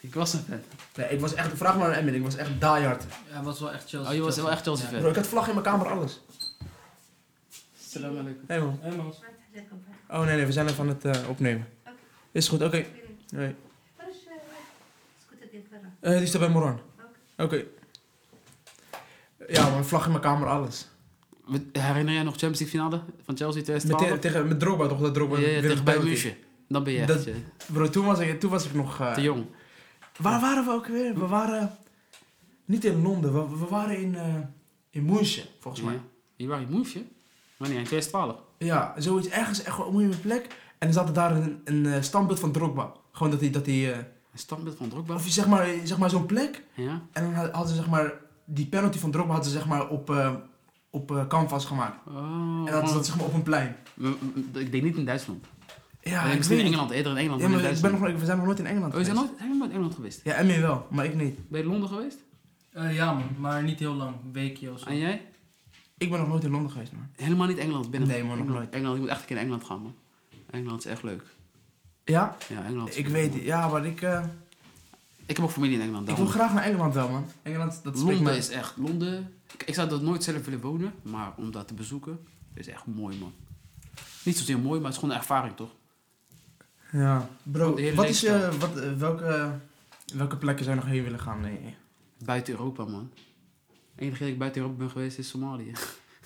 A: Ik was een fan.
B: Nee, ik was echt, vraag maar aan Emin, ik was echt diehard.
E: Hij was wel echt Chelsea.
A: Oh, je was wel echt Chelsea fan.
B: Bro, ik had vlag in mijn kamer, alles.
A: Salam alaikum.
B: Hey man.
E: Hey, man.
B: Oh nee, nee, we zijn even aan het eh, opnemen. Is goed, oké. Nee. Eh, die staat bij Moran. Oké. Ja man, vlag in mijn kamer, alles.
A: Herinner jij nog Champions League finale van Chelsea
B: Met,
A: 2012?
B: te- tegen, met Drogba toch? Dat Drogba
A: Ja, ja,
B: weer
A: tegen bij
B: penalty.
A: Muusje. Dan ben je
B: Dat-
A: echt eh,
B: Bro, toen was ik, toen was ik nog... eh,
A: te jong.
B: Waar waren we ook weer? We waren niet in Londen, we, we waren in, eh in München, volgens mij.
A: Ja. Je waren in Moesje? Wanneer? In 2012?
B: Ja, zoiets ergens, echt gewoon een plek. En er zat daar een, een eh, standbeeld van Drogba. Gewoon dat hij, dat hij eh,
A: Een standbeeld van Drogba?
B: of zeg maar, zeg maar zo'n plek.
A: Ja?
B: En dan hadden ze zeg maar, die penalty van Drogba hadden ze zeg maar op, eh, op eh, canvas gemaakt.
A: Oh,
B: En dat
A: man.
B: zat zeg maar op een plein.
A: M- m- Ik denk niet in Duitsland.
B: Ja,
A: ik
B: ik
A: misschien
B: weet
A: in
B: niet.
A: Engeland. Eerder in Engeland
B: Ja,
A: dan
B: maar
A: in
B: ik ben
A: Duitsland.
B: nog, nooit- we zijn nog nooit in Engeland
A: Oh, je bent
B: geweest.
A: nooit zijn we nooit in Engeland geweest?
B: Ja, Emmy wel, maar ik niet.
A: Ben je in Londen geweest?
E: Eh, ja, man, maar niet heel lang. Een weekje of zo.
A: En jij?
B: Ik ben nog nooit in Londen geweest, man.
A: Helemaal niet Engeland. Binnen.
B: Nee, man, nog
A: Engeland.
B: nooit.
A: Engeland, je moet echt een keer naar Engeland gaan, man. Engeland is echt leuk.
B: Ja,
A: Ja, Engeland. is
B: ik
A: goed,
B: weet
A: man.
B: het. Ja, maar ik... eh,
A: Ik heb ook familie in Engeland.
B: Ik
A: daarom.
B: wil graag naar Engeland wel, man. Engeland, dat spreekt
A: Londen
B: mij.
A: is echt Londen. Ik, ik zou dat nooit zelf willen wonen, maar om dat te bezoeken is echt mooi, man. Niet zozeer mooi, maar het is gewoon een ervaring, toch?
B: Ja. Bro,
A: De hele
B: wat is, eh,
A: leefstijl.
B: wat, eh, welke, welke plekken zou je nog heen willen gaan? Nee.
A: Buiten Europa, man. Het enige keer dat ik buiten Europa ben geweest is Somalië.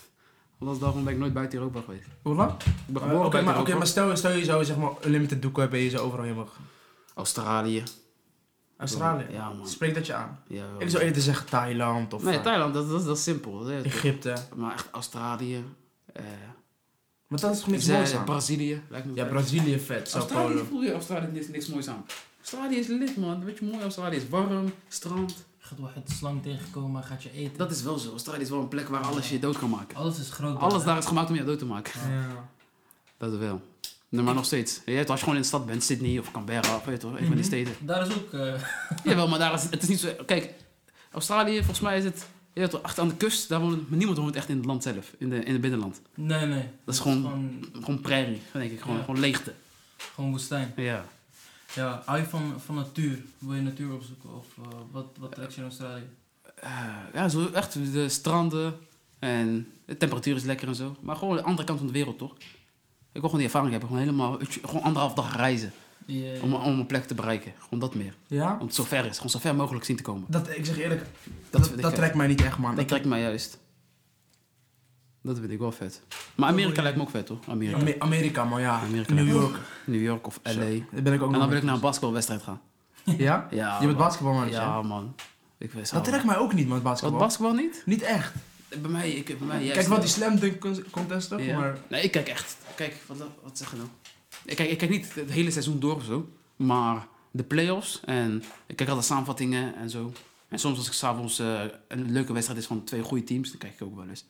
A: Anders daarom ben ik nooit buiten Europa geweest.
B: Hoe lang?
A: Ik ben
B: Eh,
A: geboren
B: Oké,
A: buiten
B: maar,
A: Europa.
B: oké, maar stel, stel je zou zeg maar unlimited doeken hebben en je zou overal heen mogen.
A: Australië.
B: Australië?
A: Ja, man.
B: Spreek dat je aan.
A: Ja,
B: Ik zou eerder zeggen Thailand of
A: Nee,
B: eh,
A: Thailand, dat, dat, dat is simpel. Dat is-
B: Egypte.
A: Maar echt Australië. eh,
B: Maar dat is gewoon niks
A: Ze-
B: moois aan.
A: Brazilië. Lijkt me
B: Ja,
A: vet.
B: Brazilië vet, Sao
A: Australië
B: Paulo.
A: voel je Australië niks, niks moois aan. Australië is lid, man. Weet je, mooi Australië is warm, strand.
E: Gaat wel het slang tegenkomen, gaat je eten.
A: Dat is wel zo. Australië is wel een plek waar alles je dood kan maken.
E: Alles is groot.
A: Alles
E: hè?
A: daar is gemaakt om je dood te maken.
B: Ja.
A: Dat wel. Nee, maar nog steeds. Je weet, als je gewoon in de stad bent, Sydney of Canberra, of weet je toch, een van die steden.
E: Daar is ook... eh,
A: Jawel, maar daar is het is niet zo. Kijk, Australië, volgens mij is het. Je weet toch, achter aan de kust, daar woont niemand woont echt in het land zelf, in, de, in het binnenland.
E: nee, nee.
A: is gewoon-
E: gewoon...
A: Gewoon prairie, denk ik. Gewoon,
E: Ja.
A: gewoon leegte.
E: gewoon woestijn.
A: Ja.
E: Ja, hou je van, van natuur? Wil je natuur opzoeken? Of eh, wat, wat trekt je in Australië?
A: Eh, ja, zo echt de stranden en de temperatuur is lekker en zo. Maar gewoon de andere kant van de wereld, toch? Ik wil gewoon die ervaring hebben. Gewoon helemaal, weet je, gewoon anderhalf dag reizen
E: Die, eh,
A: om, om een plek te bereiken. Gewoon dat meer.
B: Ja?
A: Om het zo ver is. Gewoon zo ver mogelijk zien te komen.
B: Dat, ik zeg eerlijk,
A: Dat,
B: dat,
A: vind
B: dat,
A: ik vet.
B: trekt mij niet echt, man.
A: Dat trekt mij juist. Dat vind ik wel vet. Maar Amerika lijkt me ook vet, toch? Amerika.
B: Ame- Amerika, man, ja.
A: Amerika.
B: New York.
A: New York of
B: Zo,
A: LA. En
B: Daar ben ik ook nog
A: dan wil
B: mee.
A: ik naar een basketbalwedstrijd gaan.
B: Ja?
A: Ja,
B: Je bent
A: man.
B: basketbalman,
A: Ja, man. Ik weet
B: Dat trekt mij ook niet, man,
A: Wat,
B: basketbal.
A: basketbal niet?
B: Niet echt.
A: Bij mij, ik, bij mij juist
B: Kijk, wel
A: niet.
B: die slam dunk con- contest toch,
A: Ja.
B: maar...
A: Nee, ik kijk echt. Kijk, wat, wat zeg je nou? Ik kijk, ik kijk niet het hele seizoen door of zo. Maar de play-offs en ik kijk altijd samenvattingen en zo. En soms als ik s'avonds eh een leuke wedstrijd is van twee goede teams, dan kijk ik ook wel eens.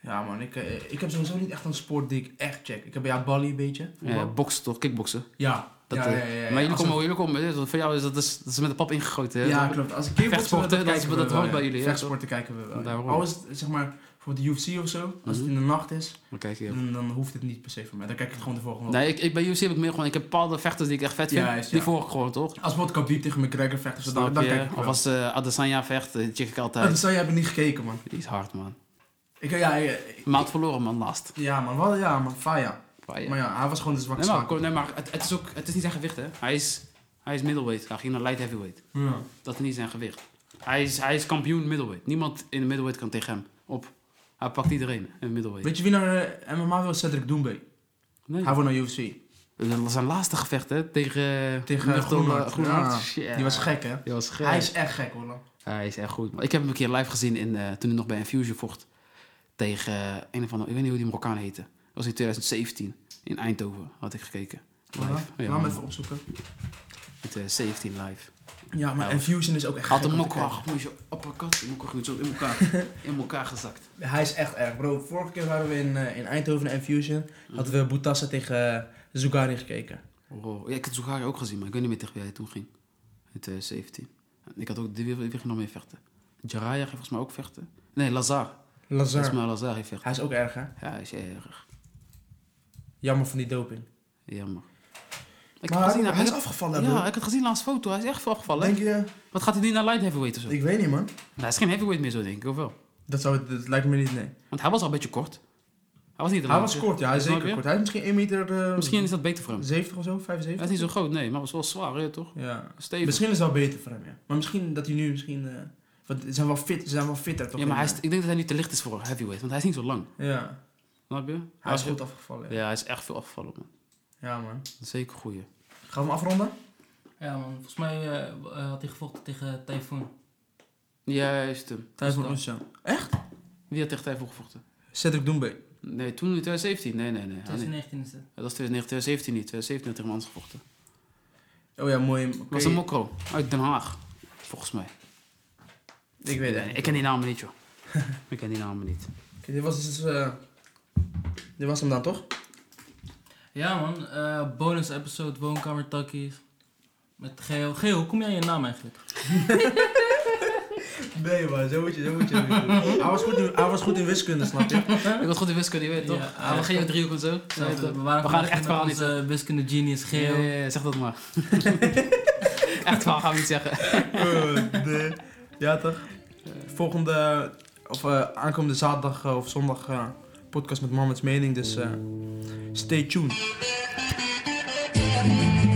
B: Ja man, ik, eh, ik heb sowieso niet echt een sport die ik echt check. Ik heb ja Bali een beetje.
A: Eh boksen toch, kickboksen.
B: ja.
A: Dat,
B: ja,
A: eh,
B: ja, ja, ja.
A: maar jullie
B: Als
A: komen,
B: een-
A: jullie komen, eh, voor jou is dat, is, dat is met de pap ingegoten. hè?
B: Ja,
A: Dat-
B: klopt. Als ik kickboksen wil,
A: Vechtsporten,
B: dan
A: dat is-
B: kijken we
A: dat
B: wel,
A: hoort
B: ja.
A: bij jullie, ja,
B: Vechtsporten kijken we wel. ja.
A: Daarom.
B: Al is het, zeg maar, voor de UFC of zo, als het
A: Mhm.
B: in de nacht is,
A: Maar kijk, ja.
B: dan, dan hoeft het niet per se voor mij. Dan kijk ik het gewoon de volgende
A: Nee, ik, ik, bij UFC heb ik meer gewoon, ik heb bepaalde vechters die ik echt vet vind.
B: Juist,
A: Die
B: ja.
A: volg ik gewoon, toch?
B: dag. Als bijvoorbeeld Khabib tegen McGregor vecht, of zo, dan,
A: Snap
B: dan
A: je?
B: kijk ik
A: Of
B: wel.
A: als eh, Adesanya vecht, eh, check ik
B: Ah,
A: altijd.
B: Dat zou jij hebben niet gekeken, man.
A: Die is hard, man.
B: Ik, ja, ja, ik-
A: Maand verloren, man, laatst.
B: ja, man. Wat, ja, man. Faya.
A: Maar ja.
B: Maar ja, hij was gewoon de zwakke
A: Nee, maar,
B: schakel.
A: kom, nee, maar het, het is ook, het is niet zijn gewicht, hè. Hij is, hij is middleweight. Hij ging naar light heavyweight.
B: Ja.
A: Dat is niet zijn gewicht. Hij is, hij is kampioen middleweight. Niemand in de middleweight kan tegen hem op. Hij pakt iedereen in middleweight.
B: Weet je wie naar eh, MMA wil? Cedric Doumbé.
A: Nee.
B: Hij wil naar UFC.
A: Dat was zijn laatste gevecht, hè. Tegen,
B: Tegen
A: Nurton,
B: Groenhart.
A: eh, Groenhart.
B: Ja,
A: Shit.
B: Die was gek, hè?
A: Die was gek.
B: Hij is echt gek, hoor.
A: Hij is echt goed. man. Ik heb hem een keer live gezien in, eh, toen hij nog bij Infusion vocht. tegen een of andere, ik weet niet hoe die Marokkaan heette. Dat was in 2017 in Eindhoven, had ik gekeken. Live.
B: Voilà.
A: Ja,
B: Laat me
A: man.
B: even opzoeken.
A: In 2017 live.
B: Ja, maar
A: Ja,
B: en
A: was-
B: Fusion is ook echt
A: Had
B: gek
A: een
B: om te
A: mokwa, moet je uppercut, een mokwa goed zo in elkaar, in elkaar gezakt.
B: kijken. Hij is echt erg, bro. Vorige keer waren we in, eh, in Eindhoven en Fusion. Hadden we Boutassa tegen Zugari gekeken.
A: Oh, ja, ik had Zugari ook gezien, maar ik weet niet meer tegen wie hij toen ging. In 2017. En Ik had ook, die, wie ging nog meer vechten? Jaraya ging volgens mij ook vechten. Nee, Lazar. Volgens
B: Lazar.
A: mij Lazar heeft vechten.
B: Hij is ook erg, hè?
A: Ja, hij is erg.
B: Jammer van die doping.
A: Jammer. Ik
B: maar
A: had gezien,
B: hij is
A: ik-
B: afgevallen, bro.
A: Ja, ik had gezien laatst foto. Hij is echt afgevallen.
B: Denk je?
A: Wat gaat hij nu naar light heavyweight of zo? Nou,
B: Ik weet niet, man.
A: Hij is geen heavyweight meer zo, denk ik, of wel?
B: Dat, zou, het- dat lijkt me niet, nee.
A: Want hij was al een beetje kort. Hij was niet een
B: Hij
A: lange-
B: was kort, ja. Hij is
A: Snap
B: zeker
A: je?
B: kort. Hij is misschien 1 meter... eh,
A: Misschien is dat beter voor hem.
B: 70 of zo,
A: Hij
B: 75?
A: is niet zo groot, nee, maar hij was wel zwaar, hè, toch?
B: Ja.
A: Stevig.
B: Misschien is dat beter voor hem, ja. Maar misschien dat hij nu misschien... eh want ze zijn wel fit, ze zijn wel fitter, toch?
A: ja, maar hij is,
B: Ja.
A: ik denk dat hij nu te licht is voor heavyweight, want hij is niet zo lang.
B: Ja.
A: Snap je?
B: Hij is goed afgevallen, ja.
A: Ja, hij is echt veel afgevallen, man.
B: Ja, man.
A: Dat is zeker goeie.
B: Gaan we hem afronden?
E: Ja man, volgens mij eh, eh, had hij gevochten tegen Typhoon.
A: Juist hem.
B: Tijd
E: Ja.
B: van Oesjan.
A: Wie had tegen Tijfel gevochten?
B: Cedric Doembe.
A: Nee, toen in 2017? Nee, nee, nee. Ah, nee.
E: 2019 is het.
A: Dat was 2019, 2017 niet. 2017 had tegen Mans gevochten.
B: Oh ja, mooi. Oké.
A: was een mokro uit Den Haag, volgens mij.
B: Ik weet het
A: Nee,
B: niet.
A: ik ken die namen niet, joh. ik ken die namen niet.
B: Oké, dit was dus... eh, dit was hem dan, toch?
E: Ja man, eh, bonus episode Woonkamer Takkies. Met Geo. Geo, hoe kom jij aan je naam eigenlijk?
B: Nee, man. Zo moet je, zo moet je. hij, was goed in, hij was goed in wiskunde, snap je?
A: Ik was goed in wiskunde, je weet toch?
E: Ja.
A: Ah, we gingen driehoek en zo. Zo heet
E: we,
A: dat.
E: waren
A: we gaan
E: gewoon
A: echt verhaal
E: met
A: niet
E: onze wiskunde genius Geo.
A: Ja, ja, ja, zeg dat maar. echt verhaal gaan we niet zeggen.
B: Eh, nee. Ja, toch? Volgende... Of eh, aankomende zaterdag eh, of zondag... eh, podcast met Mohammed's Mening, dus... eh, stay tuned.
G: Thank